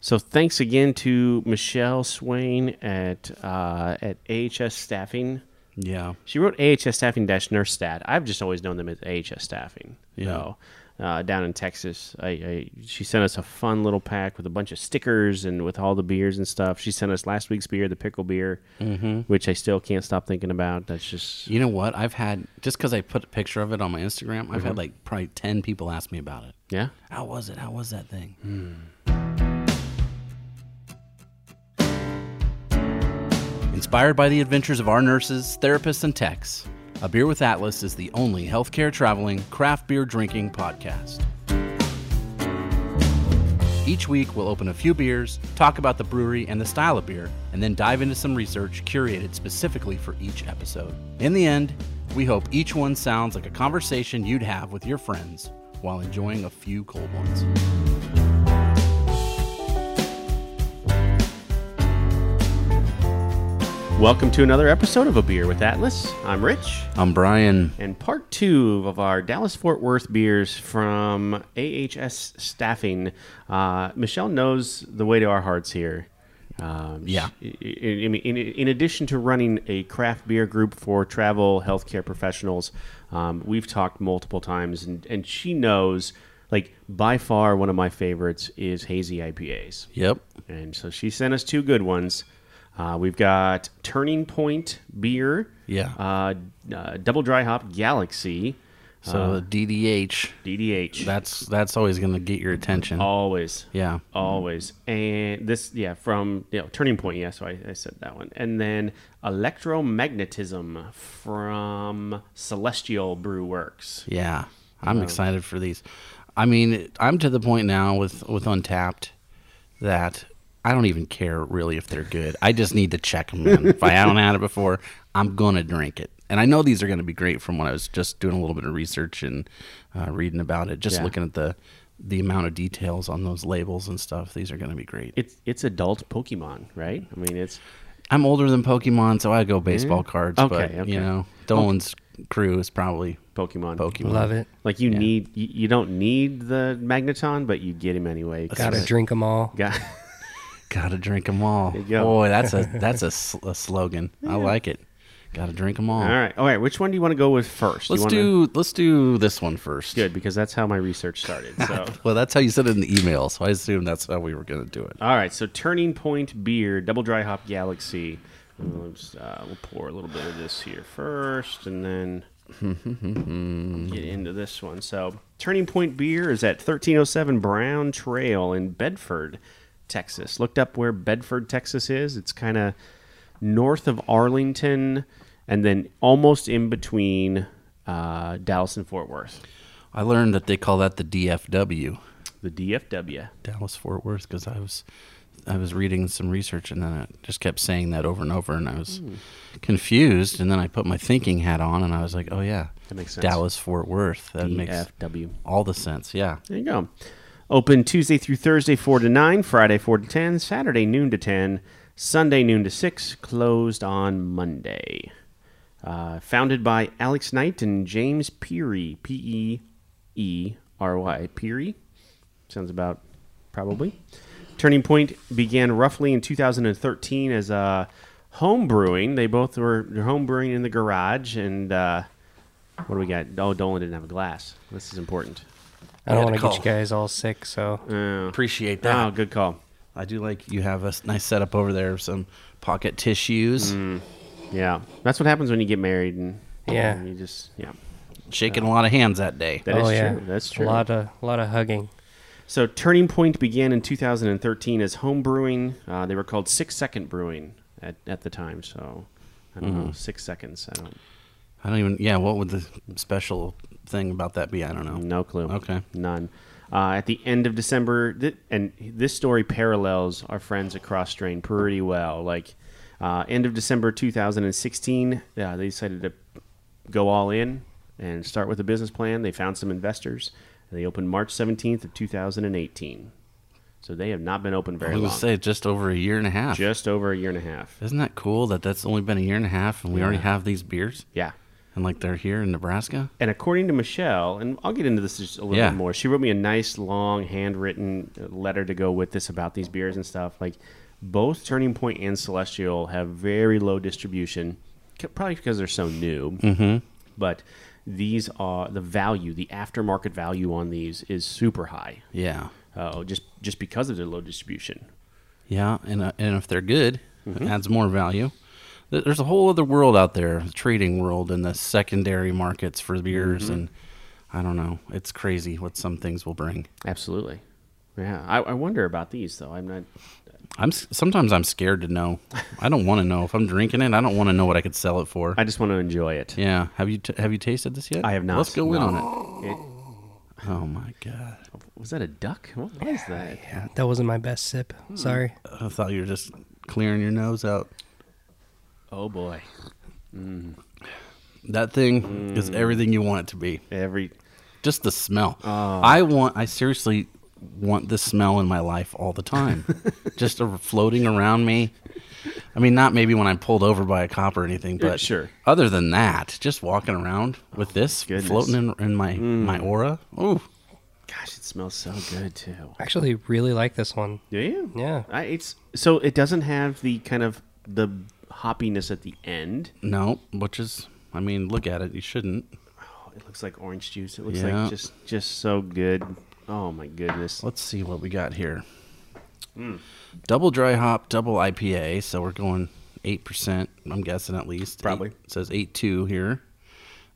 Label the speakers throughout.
Speaker 1: So thanks again to Michelle Swain at uh, at AHS Staffing.
Speaker 2: Yeah.
Speaker 1: She wrote AHS Staffing dash Nurse Stat. I've just always known them as AHS Staffing.
Speaker 2: Yeah.
Speaker 1: So, uh, down in Texas, I, I she sent us a fun little pack with a bunch of stickers and with all the beers and stuff. She sent us last week's beer, the pickle beer, which I still can't stop thinking about. That's just
Speaker 2: You know what? I've had just because I put a picture of it on my Instagram. I've had like probably ten people ask me about it.
Speaker 1: yeah.
Speaker 2: How was it? How was that thing? Inspired by the adventures of our nurses, therapists, and techs, A Beer with Atlas is the only healthcare traveling, craft beer drinking podcast. Each week, we'll open a few beers, talk about the brewery and the style of beer, and then dive into some research curated specifically for each episode. In the end, we hope each one sounds like a conversation you'd have with your friends while enjoying a few cold ones.
Speaker 1: Welcome to another episode of A Beer with Atlas. I'm Rich.
Speaker 2: I'm Brian.
Speaker 1: And part two of our Dallas Fort Worth beers from AHS Staffing. Uh, Michelle knows the way to our hearts here. Um,
Speaker 2: Yeah.
Speaker 1: she- I I mean, in, in addition to running a craft beer group for travel healthcare professionals, um, we've talked multiple times, and, and she knows, like, by far one of my favorites is hazy IPAs.
Speaker 2: Yep.
Speaker 1: And so she sent us two good ones. Uh, we've got Turning Point Beer.
Speaker 2: Yeah.
Speaker 1: Uh, uh, Double Dry Hop Galaxy.
Speaker 2: So the DDH,
Speaker 1: DDH.
Speaker 2: that's that's always going to get your attention.
Speaker 1: always.
Speaker 2: Yeah.
Speaker 1: Always. And this, yeah, from you know, Turning Point. Yeah, so I, I said that one. And then Electromagnetism from Celestial Brew Works.
Speaker 2: Yeah, I'm excited for these. I mean, I'm to the point now with with Untapped that I don't even care really if they're good. I just need to check them. Man. if I haven't had it before, I'm gonna drink it. And I know these are gonna be great. From what I was just doing a little bit of research and uh, reading about it, just
Speaker 1: Yeah.
Speaker 2: looking at the the amount of details on those labels and stuff. These are gonna be great.
Speaker 1: It's, it's adult Pokemon, right? I mean, it's.
Speaker 2: I'm older than Pokemon, so I go baseball cards.
Speaker 1: Okay,
Speaker 2: but
Speaker 1: okay.
Speaker 2: you know, Dolan's crew is probably
Speaker 1: Pokemon.
Speaker 2: Pokemon.
Speaker 3: Love it.
Speaker 1: Like you need, you, you don't need the Magneton, but you get him anyway. 'cause
Speaker 3: Gotta drink them all.
Speaker 1: Got
Speaker 2: Gotta drink them all.
Speaker 1: you go.
Speaker 2: Boy, that's a that's a, s- a slogan. I like it. Gotta drink them all.
Speaker 1: all right, all right. Which one do you want to go with first? You
Speaker 2: Let's
Speaker 1: wanna-
Speaker 2: do let's do this one first.
Speaker 1: good because that's how my research started. So,
Speaker 2: Well, that's how you said it in the email, so I assume that's how we were gonna do it.
Speaker 1: all right. So, Turning Point Beer, Double Dry Hop Galaxy. Let's, uh, we'll pour a little bit of this here first, and then get into this one. So, Turning Point Beer is at 1307 Brown Trail in Bedford, Texas. Looked up where Bedford, Texas is. It's kind of north of Arlington, and then almost in between uh, Dallas and Fort Worth.
Speaker 2: I learned that they call that the DFW,
Speaker 1: The DFW.
Speaker 2: Dallas Fort Worth, because I was I was reading some research and then it just kept saying that over and over, and I was
Speaker 1: Hmm.
Speaker 2: confused. And then I put my thinking hat on, and I was like, oh yeah,
Speaker 1: That makes sense.
Speaker 2: Dallas Fort Worth. That makes
Speaker 1: DFW.
Speaker 2: all the sense. Yeah.
Speaker 1: There you go. Open Tuesday through Thursday, 4 to 9, Friday, 4 to 10, Saturday, noon to 10, Sunday, noon to 6, closed on Monday. Uh, founded by Alex Knight and James Peary, P E E R Y. Peary? Sounds about probably. Turning Point began roughly in 2013 as a home brewing. They both were they're home brewing in the garage. And uh, what do we got? Oh, Dolan didn't have a glass. This is important.
Speaker 3: I don't
Speaker 2: We
Speaker 3: want
Speaker 2: had to
Speaker 3: to get you
Speaker 2: call.
Speaker 3: guys all sick, so
Speaker 2: Appreciate
Speaker 1: Oh, good call.
Speaker 2: I do like you have a s- nice setup over there of some pocket tissues,
Speaker 1: Mm. Yeah, that's what happens when you get married and
Speaker 3: Yeah.
Speaker 1: and you just yeah.
Speaker 2: shaking a lot of hands that day.
Speaker 1: That is
Speaker 3: oh yeah,
Speaker 1: true. That's true.
Speaker 3: A lot of lot of hugging.
Speaker 1: So Turning Point began in 2013 as home brewing. Uh, they were called Six Second Brewing at, at the time. So I don't know six seconds. I don't
Speaker 2: I don't even. Yeah, what would the special thing about that be? I don't know.
Speaker 1: no clue.
Speaker 2: Okay.
Speaker 1: none. Uh, at the end of December, th- and this story parallels our friends at Cross Strain pretty well. Like uh, end of December 2016, yeah, uh, they decided to go all in and start with a business plan. They found some investors, and they opened March 17th of 2018. So they have not been open very
Speaker 2: I was
Speaker 1: long.
Speaker 2: gonna say just over a year and a half.
Speaker 1: Just over a year and a half.
Speaker 2: Isn't that cool that that's only been a year and a half and we already have these beers?
Speaker 1: Yeah.
Speaker 2: and like they're here in Nebraska.
Speaker 1: And according to Michelle, and I'll get into this just a little
Speaker 2: Yeah.
Speaker 1: bit more. She wrote me a nice long handwritten uh, letter to go with this about these beers and stuff. Like both Turning Point and Celestial have very low distribution, c- probably because they're so new. Mm-hmm. But these are the value, the aftermarket value on these is super high.
Speaker 2: Yeah,
Speaker 1: Uh, just just because of their low distribution.
Speaker 2: yeah, and uh, and if they're good,
Speaker 1: Mm-hmm.
Speaker 2: it adds more value. Th- There's a whole other world out there, the trading world, and the secondary markets for beers,
Speaker 1: Mm-hmm.
Speaker 2: and I don't know. It's crazy what some things will bring.
Speaker 1: Absolutely. Yeah, I, I wonder about these though. I'm not.
Speaker 2: I'm s- sometimes I'm scared to know. I don't want to know if I'm drinking it. I don't want to know what I could sell it for.
Speaker 1: I just want to enjoy it.
Speaker 2: yeah, have you t- have you tasted this yet?
Speaker 1: I have not.
Speaker 2: Let's go in
Speaker 1: No.
Speaker 2: on it.
Speaker 1: It-
Speaker 2: Oh my god!
Speaker 1: was that a duck? What was that?
Speaker 3: That wasn't my best sip.
Speaker 1: Hmm.
Speaker 3: Sorry.
Speaker 2: I thought you were just clearing your nose out.
Speaker 1: Oh boy.
Speaker 2: That thing is
Speaker 1: Mm.
Speaker 2: everything you want it to be.
Speaker 1: Every
Speaker 2: Just the smell.
Speaker 1: Ah.
Speaker 2: I want. I seriously want this smell in my life all the time. just a, floating around me. I mean, not maybe when I'm pulled over by a cop or anything,
Speaker 1: Yeah,
Speaker 2: but
Speaker 1: sure. Oh,
Speaker 2: Other than that, just walking around with this
Speaker 1: goodness. Mm.
Speaker 2: floating in, in my my aura. Ooh,
Speaker 1: gosh, it smells so good too.
Speaker 3: Actually, really like this one.
Speaker 1: Do you?
Speaker 3: Yeah.
Speaker 1: I, it's so it doesn't have the kind of the hoppiness at the end.
Speaker 2: no, which is. I mean, look at it. You shouldn't.
Speaker 1: Oh, it looks like orange juice. It looks
Speaker 2: Yeah.
Speaker 1: like just just so good. Oh my goodness.
Speaker 2: Let's see what we got here.
Speaker 1: Hmm.
Speaker 2: Double dry hop, double IPA. So we're going eight percent. I'm guessing at least.
Speaker 1: Probably.
Speaker 2: Eight- it says eight two here.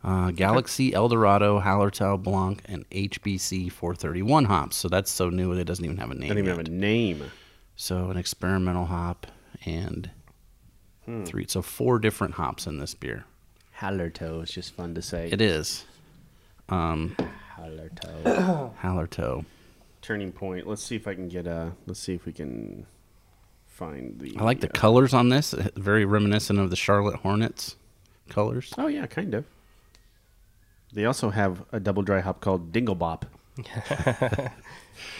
Speaker 2: Uh, Galaxy, Eldorado, Hallertau, Blanc, and HBC 431 hops. So that's so new it doesn't even have a name.
Speaker 1: I don't even have
Speaker 2: yet.
Speaker 1: a name.
Speaker 2: So an experimental hop and
Speaker 1: Hmm.
Speaker 2: three. So four different hops in this beer.
Speaker 1: Hallertau is just fun to say.
Speaker 2: It is
Speaker 1: Hallertau.
Speaker 2: Hallertau.
Speaker 1: Turning point. Let's see if I can get a. Let's see if we can find the. uh,
Speaker 2: I like the colors on this. Very reminiscent of the Charlotte Hornets colors.
Speaker 1: Oh yeah, kind of. They also have a double dry hop called Dinglebop.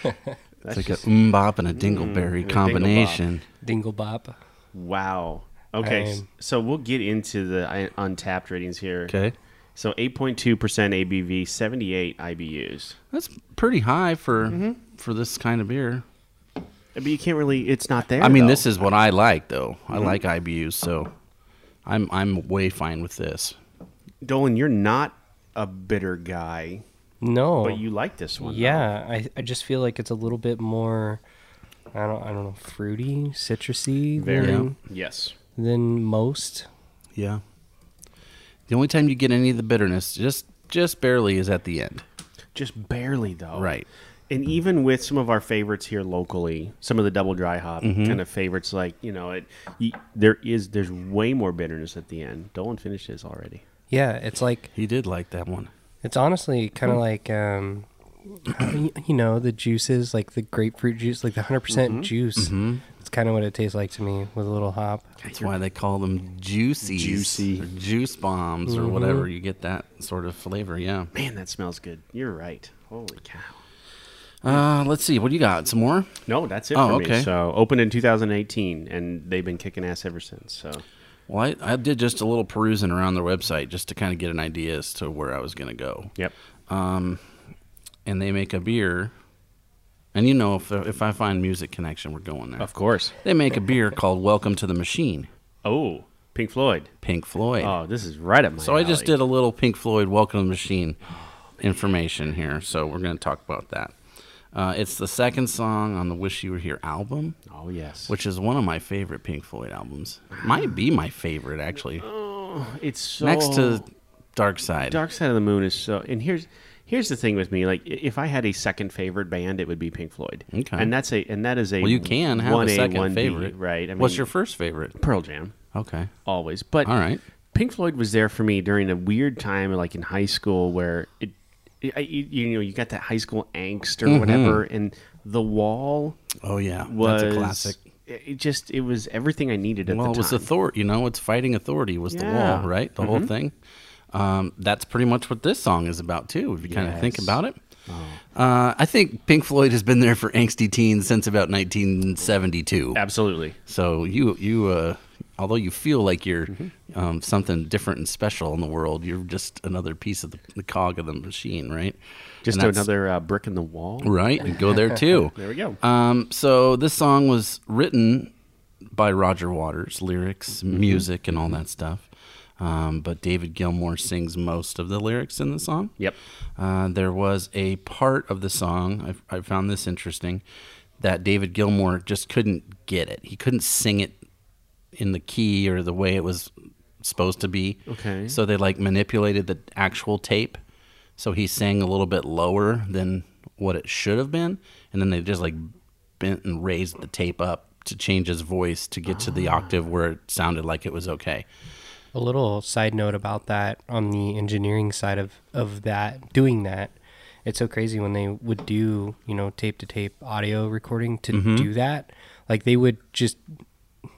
Speaker 1: That's
Speaker 2: It's like
Speaker 1: just, Mm,
Speaker 2: a umbop and a dingleberry
Speaker 1: and a
Speaker 2: combination.
Speaker 3: Dingle bop.
Speaker 1: wow. Okay,
Speaker 3: I
Speaker 1: s-
Speaker 3: am-
Speaker 1: so we'll get into the I- untapped ratings here.
Speaker 2: Okay.
Speaker 1: So 8.2% ABV, 78 IBUs.
Speaker 2: That's pretty high for
Speaker 1: Mm-hmm.
Speaker 2: for this kind of beer.
Speaker 1: But you can't really, it's not there.
Speaker 2: I
Speaker 1: though.
Speaker 2: mean,
Speaker 1: Mm-hmm.
Speaker 2: this is what I like though. I like IBUs, so I'm I'm way fine with this.
Speaker 1: Dolan, you're not a bitter guy,
Speaker 3: No.
Speaker 1: but you like this one. though.
Speaker 3: Oh. yeah, I, I just feel like it's a little bit more. I don't I don't know fruity, citrusy
Speaker 1: Very.
Speaker 3: than,
Speaker 1: Yes.
Speaker 3: than most.
Speaker 2: Yeah. The only time you get any of the bitterness, just just barely, is at the end.
Speaker 1: Just barely, though.
Speaker 2: Right.
Speaker 1: And even with some of our favorites here locally, some of the double dry hop
Speaker 2: Mm-hmm.
Speaker 1: kind of favorites, like you know, it y there is there's way more bitterness at the end. Dolan finished his already.
Speaker 3: Yeah, it's like
Speaker 2: He did like that one.
Speaker 3: it's honestly kind of like um, y- you know the juices, like the grapefruit juice, like the hundred percent juice. It's kind of what it tastes like to me with a little hop.
Speaker 2: That's why they call them juicy,
Speaker 1: Juicy. Mm-hmm.
Speaker 2: juice bombs or whatever. You get that sort of flavor. Yeah.
Speaker 1: Man, that smells good. You're right. Holy cow.
Speaker 2: Uh, let's see. What do you got? Some more?
Speaker 1: No, that's it
Speaker 2: Oh,
Speaker 1: for me.
Speaker 2: okay.
Speaker 1: So opened in 2018, and they've been kicking ass ever since. So
Speaker 2: Well, I, I did just a little perusing around their website just to kind of get an idea as to where I was going to go. Um,
Speaker 1: yep.
Speaker 2: And they make a beer, and you know, if, if I find music connection, we're going there.
Speaker 1: Of course.
Speaker 2: They make a beer called Welcome to the Machine,
Speaker 1: Oh, Pink Floyd.
Speaker 2: Pink Floyd.
Speaker 1: Oh, this is right up my.
Speaker 2: so I just
Speaker 1: alley.
Speaker 2: did a little Pink Floyd Welcome to the Machine information here. So we're going to talk about that. Uh, it's the second song on the Wish You Were Here album,
Speaker 1: Oh yes.
Speaker 2: which is one of my favorite Pink Floyd albums. Might be my favorite, actually. Oh,
Speaker 1: it's so
Speaker 2: Next to Dark Side.
Speaker 1: Oh. Dark Side of the Moon is so. And here's here's the thing with me. Like, i- if I had a second favorite band, it would be Pink Floyd.
Speaker 2: Okay.
Speaker 1: And that's a and that is a.
Speaker 2: Well, you can have a
Speaker 1: 1A,
Speaker 2: second
Speaker 1: 1B,
Speaker 2: favorite,
Speaker 1: right? I
Speaker 2: What's
Speaker 1: mean,
Speaker 2: your first favorite?
Speaker 1: Pearl Jam?
Speaker 2: Okay,
Speaker 1: Always, but
Speaker 2: all right.
Speaker 1: Pink Floyd was there for me during a weird time, like in high school, where it, it I, you, you know, you got that high school angst
Speaker 2: Mm-hmm.
Speaker 1: or whatever, and The Wall
Speaker 2: Oh yeah,
Speaker 1: was
Speaker 2: that's a classic.
Speaker 1: It it just it was everything I needed at
Speaker 2: Well,
Speaker 1: the
Speaker 2: it
Speaker 1: time.
Speaker 2: was authority. You know, it's fighting authority was the
Speaker 1: Yeah. Mm-hmm.
Speaker 2: wall, right? The whole thing. Um, that's pretty much what this song is about too. If you kind of think
Speaker 1: Yes. Oh.
Speaker 2: about it. Uh, I think Pink Floyd has been there for angsty teens since about 1972.
Speaker 1: Absolutely.
Speaker 2: So you you uh, although you feel like you're
Speaker 1: Mm-hmm.
Speaker 2: um, something different and special in the world, you're just another piece of the, the cog of the machine, right?
Speaker 1: Just
Speaker 2: And that's-
Speaker 1: another uh, brick in the wall.
Speaker 2: Right, and go there too.
Speaker 1: There we go.
Speaker 2: Um, so this song was written by Roger Waters, lyrics, music, and all that stuff. Um, but David Gilmour sings most of the lyrics in the song.
Speaker 1: Yep.
Speaker 2: Uh, there was a part of the song, I, I found this interesting, that David Gilmour just couldn't get it. He couldn't sing it in the key or the way it was supposed to be.
Speaker 1: Okay.
Speaker 2: So they like manipulated the actual tape. So he sang a little bit lower than what it should have been. And then they just like bent and raised the tape up to change his voice to get to the octave where it sounded like it was okay.
Speaker 3: A little side note about that on the engineering side of, of that, doing that. It's so crazy when they would do, you know, tape to tape audio recording to do that. Like they would just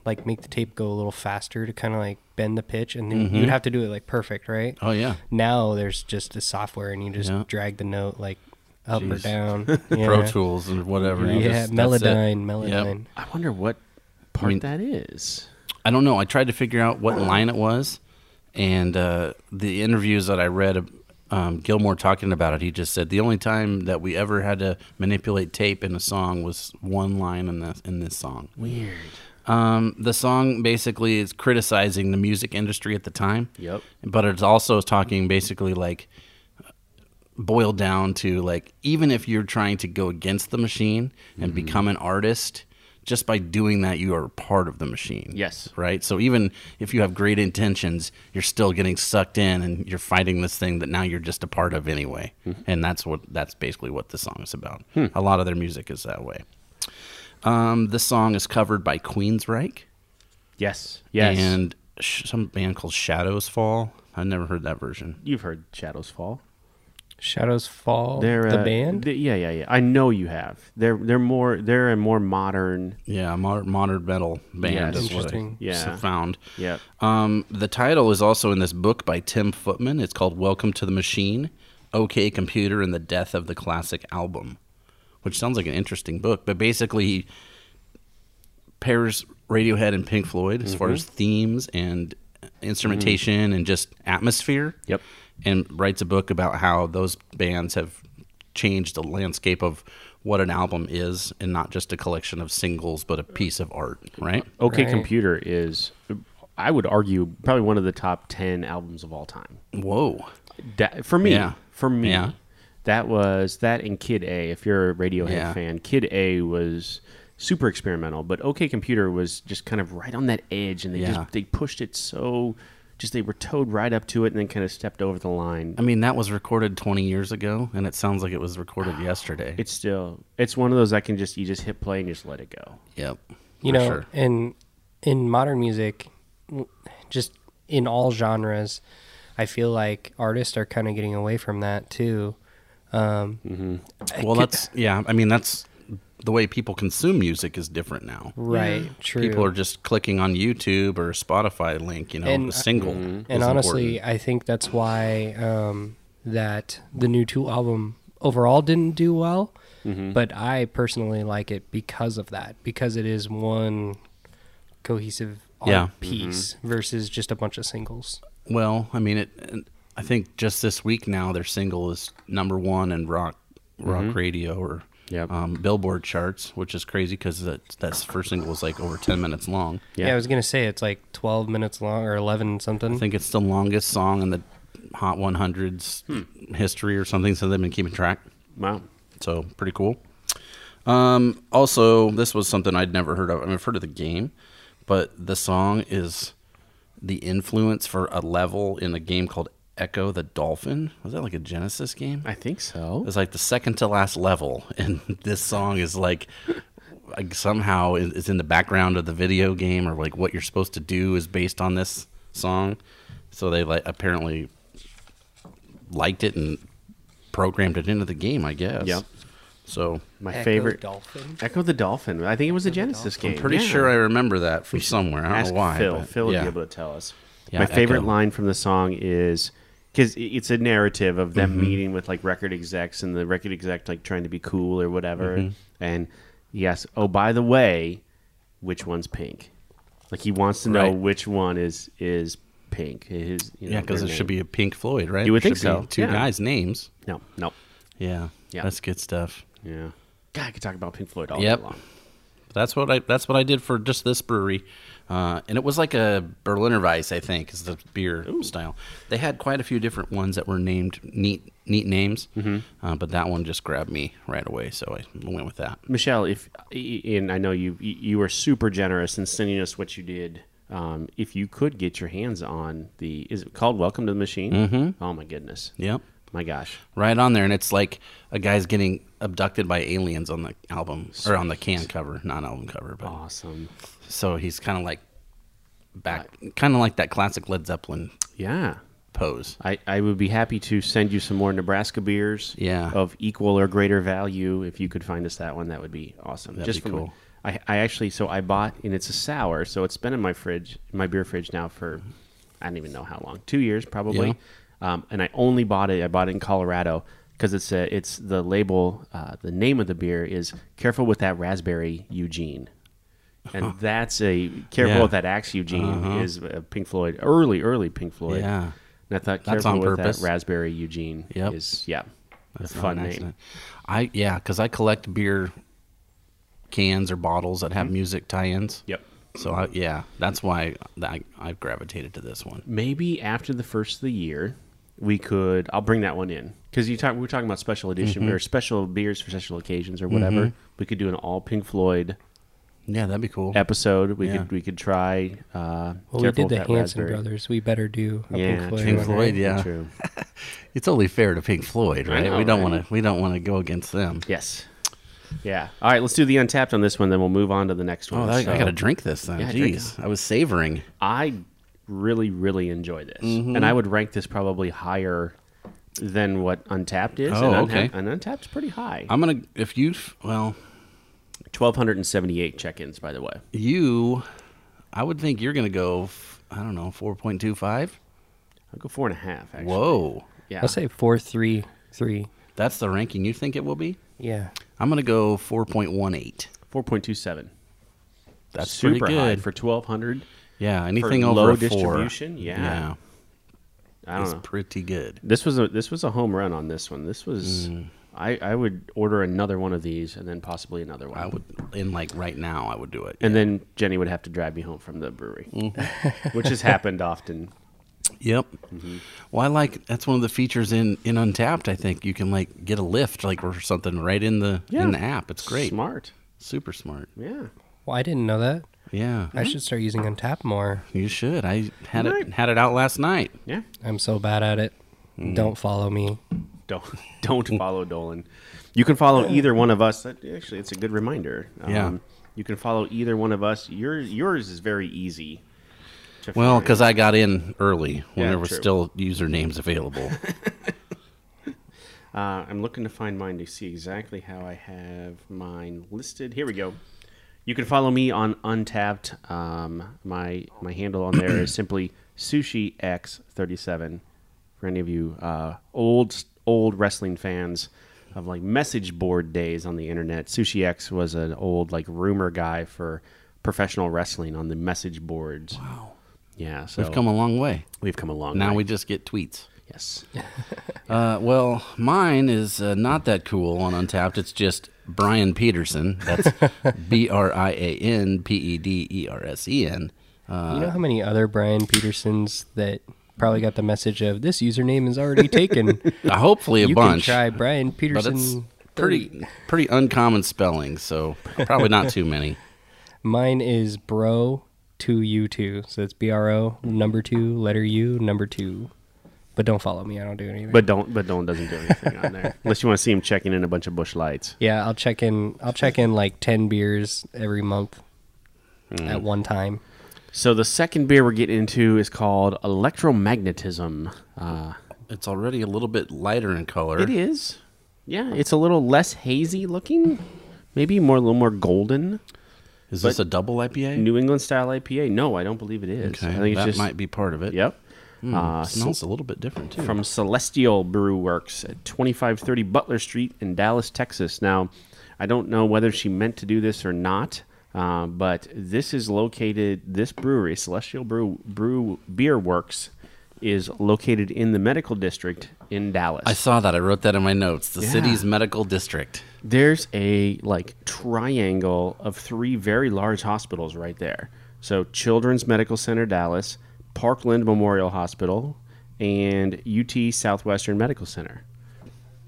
Speaker 3: like make the tape go a little faster to kind of like bend the pitch and then you'd have to do it like perfect, right?
Speaker 2: Oh, yeah.
Speaker 3: Now there's just the software and you just
Speaker 2: Yeah. drag
Speaker 3: drag the note like up or
Speaker 2: Jeez.
Speaker 3: down. Yeah.
Speaker 2: Pro Tools and whatever.
Speaker 3: Yeah,
Speaker 2: You just- that's it. Yep.
Speaker 3: Melodyne, Melodyne.
Speaker 1: I wonder what part
Speaker 2: mean-
Speaker 1: that is.
Speaker 2: I don't know. I tried to figure out what line it was, and uh, the interviews that I read, um, Gilmore talking about it, he just said the only time that we ever had to manipulate tape in a song was one line in the in this song.
Speaker 1: Weird.
Speaker 2: Um, the song basically is criticizing the music industry at the time.
Speaker 1: Yep.
Speaker 2: But it's also talking basically like boiled down to like even if you're trying to go against the machine and
Speaker 1: Mm-hmm.
Speaker 2: become an artist, just by doing that you are part of the machine.
Speaker 1: Yes.
Speaker 2: Right? So even if you have great intentions, you're still getting sucked in and you're fighting this thing that now you're just a part of anyway.
Speaker 1: Mm-hmm.
Speaker 2: And that's what that's basically what the song is about.
Speaker 1: Hmm.
Speaker 2: A lot of their music is that way. Um, this song is covered by Queensryche
Speaker 1: Yes. Yes.
Speaker 2: and sh- some band called Shadows Fall. I never heard that version.
Speaker 1: You've heard Shadows Fall.
Speaker 3: Shadows Fall,
Speaker 1: They're
Speaker 3: the
Speaker 1: uh,
Speaker 3: band.
Speaker 1: th- yeah, yeah, yeah. I know you have. They're they're more they're a more modern.
Speaker 2: Yeah, mod- modern metal band.
Speaker 1: Yes.
Speaker 2: is what I
Speaker 3: Interesting.
Speaker 1: Yeah.
Speaker 2: s- found.
Speaker 1: Yep.
Speaker 2: Um, the title is also in this book by Tim Footman. It's called "Welcome to the Machine: OK Computer and the Death of the Classic Album," which sounds like an interesting book. But basically, he pairs Radiohead and Pink Floyd as far as themes and instrumentation and just atmosphere.
Speaker 1: Yep.
Speaker 2: And writes a book about how those bands have changed the landscape of what an album is and not just a collection of singles but a piece of art, right?
Speaker 1: OK
Speaker 3: Right.
Speaker 1: Computer is I would argue probably one of the top 10 albums of all time.
Speaker 2: Whoa.
Speaker 1: That, for me,
Speaker 2: Yeah.
Speaker 1: for me.
Speaker 2: Yeah.
Speaker 1: That was that and Kid A. If you're a Radiohead
Speaker 2: Yeah.
Speaker 1: fan, Kid A was super experimental, but OK Computer was just kind of right on that edge and they
Speaker 2: Yeah.
Speaker 1: just they pushed it so just they were towed right up to it and then kind of stepped over the line.
Speaker 2: I mean, that was recorded 20 years ago, and it sounds like it was recorded yesterday.
Speaker 1: It's still it's one of those I can just you just hit play and just let it go.
Speaker 2: yep.
Speaker 3: you
Speaker 2: for
Speaker 3: know
Speaker 2: sure.
Speaker 3: in in modern music w- just in all genres i feel like artists are kind of getting away from that too um
Speaker 2: Mm. well, that's, yeah, I mean, that's the way people consume music is different now.
Speaker 3: right true
Speaker 2: People are just clicking on YouTube or a Spotify link, you know,
Speaker 3: And-
Speaker 2: a single. is
Speaker 3: and honestly
Speaker 2: important.
Speaker 3: i think that's why um that the new two album overall didn't do well but i personally like it because of that because it is one cohesive art
Speaker 2: Yeah.
Speaker 3: piece versus just a bunch of singles
Speaker 2: well, I mean, it. and I think just this week now, their single is number one in rock rock
Speaker 3: Mm-hmm.
Speaker 2: radio or
Speaker 1: Yep.
Speaker 2: um, Billboard charts, which is crazy because that that first single was like over 10 minutes long.
Speaker 1: Yeah.
Speaker 3: Yeah. I was gonna say it's like twelve minutes long or eleven something.
Speaker 2: I think it's the longest song in the Hot 100s history or something. So they've been keeping track.
Speaker 1: Wow.
Speaker 2: So pretty cool. Um, also, this was something I'd never heard of. I mean, I've heard of the game, but the song is the influence for a level in a game called Echo the Dolphin. Was that like a Genesis game?
Speaker 1: I think so.
Speaker 2: It's like the second to last level, and this song is like like somehow it- it's in the background of the video game, or like what you're supposed to do is based on this song. So they like apparently liked it and programmed it into the game, I guess.
Speaker 1: Yep.
Speaker 2: So
Speaker 1: My favorite
Speaker 3: dolphin.
Speaker 1: Echo the Dolphin. I think it was a Genesis game.
Speaker 2: I'm pretty
Speaker 1: Yeah.
Speaker 2: sure I remember that from somewhere. I don't
Speaker 1: Ask
Speaker 2: know why.
Speaker 1: Phil.
Speaker 2: but
Speaker 1: Phil would
Speaker 2: yeah.
Speaker 1: be able to tell us.
Speaker 2: Yeah,
Speaker 1: My favorite
Speaker 2: Echo.
Speaker 1: line from the song is because it's a narrative of them
Speaker 2: Mm-hmm.
Speaker 1: meeting with like record execs and the record exec like trying to be cool
Speaker 2: Mm-hmm.
Speaker 1: or whatever. And yes, oh by the way, which one's pink? Like he wants to know
Speaker 2: Right.
Speaker 1: which one is is pink. His you know,
Speaker 2: Yeah, because
Speaker 1: their
Speaker 2: it should
Speaker 1: name.
Speaker 2: be a Pink Floyd, right?
Speaker 1: You would
Speaker 2: It
Speaker 1: think
Speaker 2: should
Speaker 1: so,
Speaker 2: be Two
Speaker 1: yeah.
Speaker 2: guys' names.
Speaker 1: no, no,
Speaker 2: Yeah.
Speaker 1: Yeah.
Speaker 2: That's good stuff.
Speaker 1: yeah. God, I could talk about Pink Floyd all
Speaker 2: Yep.
Speaker 1: day long.
Speaker 2: That's what I that's what I did for just this brewery. Uh, and it was like a Berliner Weiss, I think, is the beer style. They had quite a few different ones that were named neat neat names, uh, but that one just grabbed me right away, so I went with that.
Speaker 1: Michelle, if and I know you you were super generous in sending us what you did. Um, if you could get your hands on the is it called Welcome to the Machine? Mm-hmm. Oh my goodness,
Speaker 2: Yep,
Speaker 1: my gosh,
Speaker 2: right on there, and it's like a guy's getting abducted by aliens on the album or on the can cover, not album cover, but
Speaker 1: awesome.
Speaker 2: so he's kind of like back, kind of like that classic Led Zeppelin
Speaker 1: Yeah,
Speaker 2: pose.
Speaker 1: I, I would be happy to send you some more Nebraska beers
Speaker 2: Yeah.
Speaker 1: of equal or greater value. If you could find us that one, that would be awesome.
Speaker 2: That'd
Speaker 1: Just
Speaker 2: be
Speaker 1: from-
Speaker 2: cool.
Speaker 1: I, I actually, so I bought, and it's a sour, so it's been in my fridge, my beer fridge now for, I don't even know how long, two years probably.
Speaker 2: Yeah.
Speaker 1: Um, and I only bought it, I bought it in Colorado because it's a, it's the label, uh, the name of the beer is Careful with That Raspberry Eugene. And that's a careful
Speaker 2: Yeah. Uh-huh.
Speaker 1: with that axe, Eugene is a Pink Floyd early, early Pink Floyd.
Speaker 2: Yeah.
Speaker 1: And I thought
Speaker 2: That's
Speaker 1: careful
Speaker 2: on
Speaker 1: with
Speaker 2: purpose.
Speaker 1: that raspberry Eugene
Speaker 2: Yep.
Speaker 1: is yeah. That's
Speaker 2: not
Speaker 1: fun
Speaker 2: an
Speaker 1: name.
Speaker 2: accident. I yeah, because I collect beer cans or bottles that have music tie-ins.
Speaker 1: Mm-hmm. Yep.
Speaker 2: So I, yeah, that's why I, I gravitated to this one.
Speaker 1: Maybe after the first of the year, we could I'll bring that one in. Because you talk we were talking about special edition
Speaker 2: Mm-hmm.
Speaker 1: or special beers for special occasions or whatever. We could do an all Pink Floyd
Speaker 2: Yeah, that'd be cool.
Speaker 1: episode. We
Speaker 2: Yeah.
Speaker 1: could we could try uh Careful
Speaker 3: Well, we
Speaker 1: with
Speaker 3: did the
Speaker 1: that
Speaker 3: Hanson
Speaker 1: raspberry.
Speaker 3: brothers. We better do a
Speaker 1: Yeah,
Speaker 3: Pink Floyd.
Speaker 1: true.
Speaker 2: Pink
Speaker 3: one,
Speaker 2: Floyd,
Speaker 3: right?
Speaker 2: yeah.
Speaker 1: True.
Speaker 2: It's only fair to Pink Floyd,
Speaker 1: I
Speaker 2: right?
Speaker 1: know,
Speaker 2: we don't
Speaker 1: right?
Speaker 2: want to we don't want to go against them.
Speaker 1: Yes. Yeah. All right, let's do the untapped on this one, then we'll move on to the next one.
Speaker 2: Oh, that,
Speaker 1: So,
Speaker 2: I gotta drink this then.
Speaker 1: Yeah, drink
Speaker 2: Jeez, I was savoring.
Speaker 1: I really, really enjoy this,
Speaker 2: Mm-hmm.
Speaker 1: and I would rank this probably higher than what Untapped is.
Speaker 2: Oh,
Speaker 1: and Unha-
Speaker 2: okay. Um,
Speaker 1: And Untapped's pretty high.
Speaker 2: I'm gonna if you well
Speaker 1: Twelve hundred and seventy-eight check-ins, by the way.
Speaker 2: you, I would think you're gonna go. f- I don't know, four point two five.
Speaker 1: I'll go four and a half. Actually.
Speaker 2: Whoa,
Speaker 1: Yeah.
Speaker 3: I'll say four, three, three.
Speaker 2: that's the ranking you think it will be.
Speaker 3: Yeah.
Speaker 2: I'm gonna go four point one eight.
Speaker 1: Four point two seven.
Speaker 2: That's
Speaker 1: super
Speaker 2: pretty good.
Speaker 1: high for twelve hundred.
Speaker 2: yeah, anything over
Speaker 1: low
Speaker 2: a four,
Speaker 1: distribution, yeah. I don't
Speaker 2: it's
Speaker 1: know.
Speaker 2: pretty good.
Speaker 1: This was a this was a home run on this one. This was.
Speaker 2: Mm.
Speaker 1: I, I would order another one of these and then possibly another one.
Speaker 2: I would, in like right now, I would do it.
Speaker 1: and then Jenny would have to drive me home from the brewery,
Speaker 2: Mm.
Speaker 1: which has happened often.
Speaker 2: Yep.
Speaker 1: Mm-hmm.
Speaker 2: Well, I like that's one of the features in in Untapped. I think you can like get a lift like or something right in the in the app. It's great.
Speaker 1: Smart.
Speaker 2: Super smart.
Speaker 1: Yeah.
Speaker 3: Well, I didn't know that.
Speaker 2: Yeah.
Speaker 3: I should start using Untap more.
Speaker 2: you should. I had
Speaker 1: Right.
Speaker 2: it had it out last night.
Speaker 1: Yeah.
Speaker 3: I'm so bad at it.
Speaker 2: Mm-hmm.
Speaker 3: Don't follow me.
Speaker 1: Don't don't follow Dolan. You can follow either one of us. That, actually, it's a good reminder. Um,
Speaker 2: Yeah.
Speaker 1: You can follow either one of us. Your yours is very easy. To
Speaker 2: Well,
Speaker 1: find.
Speaker 2: because I got in early when
Speaker 1: Yeah,
Speaker 2: there were
Speaker 1: true.
Speaker 2: still usernames available.
Speaker 1: uh, I'm looking to find mine to see exactly how I have mine listed. Here we go. You can follow me on Untapped. Um, my my handle on there is simply sushiX37. For any of you uh, old old wrestling fans of like message board days on the internet, SushiX was an old like rumor guy for professional wrestling on the message boards. Wow. Yeah, so
Speaker 2: We've come a long way.
Speaker 1: we've come a long
Speaker 2: Now
Speaker 1: way.
Speaker 2: we just get tweets.
Speaker 1: yes.
Speaker 2: Uh, well, mine is uh, not that cool on Untapped. It's just Brian Peterson. That's B R I A N P E D E R S E N. Uh,
Speaker 3: you know how many other Brian Petersons that probably got the message of this username is already taken.
Speaker 2: Uh, hopefully a
Speaker 3: you
Speaker 2: bunch,
Speaker 3: can try Brian
Speaker 2: but it's
Speaker 3: Peterson.
Speaker 2: pretty pretty uncommon spelling, so probably not too many.
Speaker 3: Mine is bro two u two, so it's B R O number two letter U number two. But don't follow me. I don't do anything.
Speaker 1: But don't. But Dolan doesn't do anything on there unless you want to see him checking in a bunch of bush lights.
Speaker 3: yeah, I'll check in. I'll check in like ten beers every month
Speaker 2: Hmm.
Speaker 3: at one time.
Speaker 1: So the second beer we're getting into is called electromagnetism. Uh,
Speaker 2: It's already a little bit lighter in color.
Speaker 1: it is. Yeah, it's a little less hazy looking. Maybe more a little more golden.
Speaker 2: Is this a double IPA?
Speaker 1: New England style IPA. No, I don't believe it is.
Speaker 2: okay,
Speaker 1: I think it's
Speaker 2: that
Speaker 1: just
Speaker 2: might be part of it.
Speaker 1: Yep.
Speaker 2: It
Speaker 1: uh,
Speaker 2: smells a little bit different too.
Speaker 1: from Celestial Brew Works at 2530 Butler Street in Dallas, Texas. Now, I don't know whether she meant to do this or not. Uh, but this is located. This brewery, Celestial Brew Brew Beer Works, is located in the medical district in Dallas.
Speaker 2: I saw that. I wrote that in my notes. The
Speaker 1: Yeah.
Speaker 2: city's medical district.
Speaker 1: There's a like triangle of three very large hospitals right there. So Children's Medical Center Dallas, Parkland Memorial Hospital, and UT Southwestern Medical Center.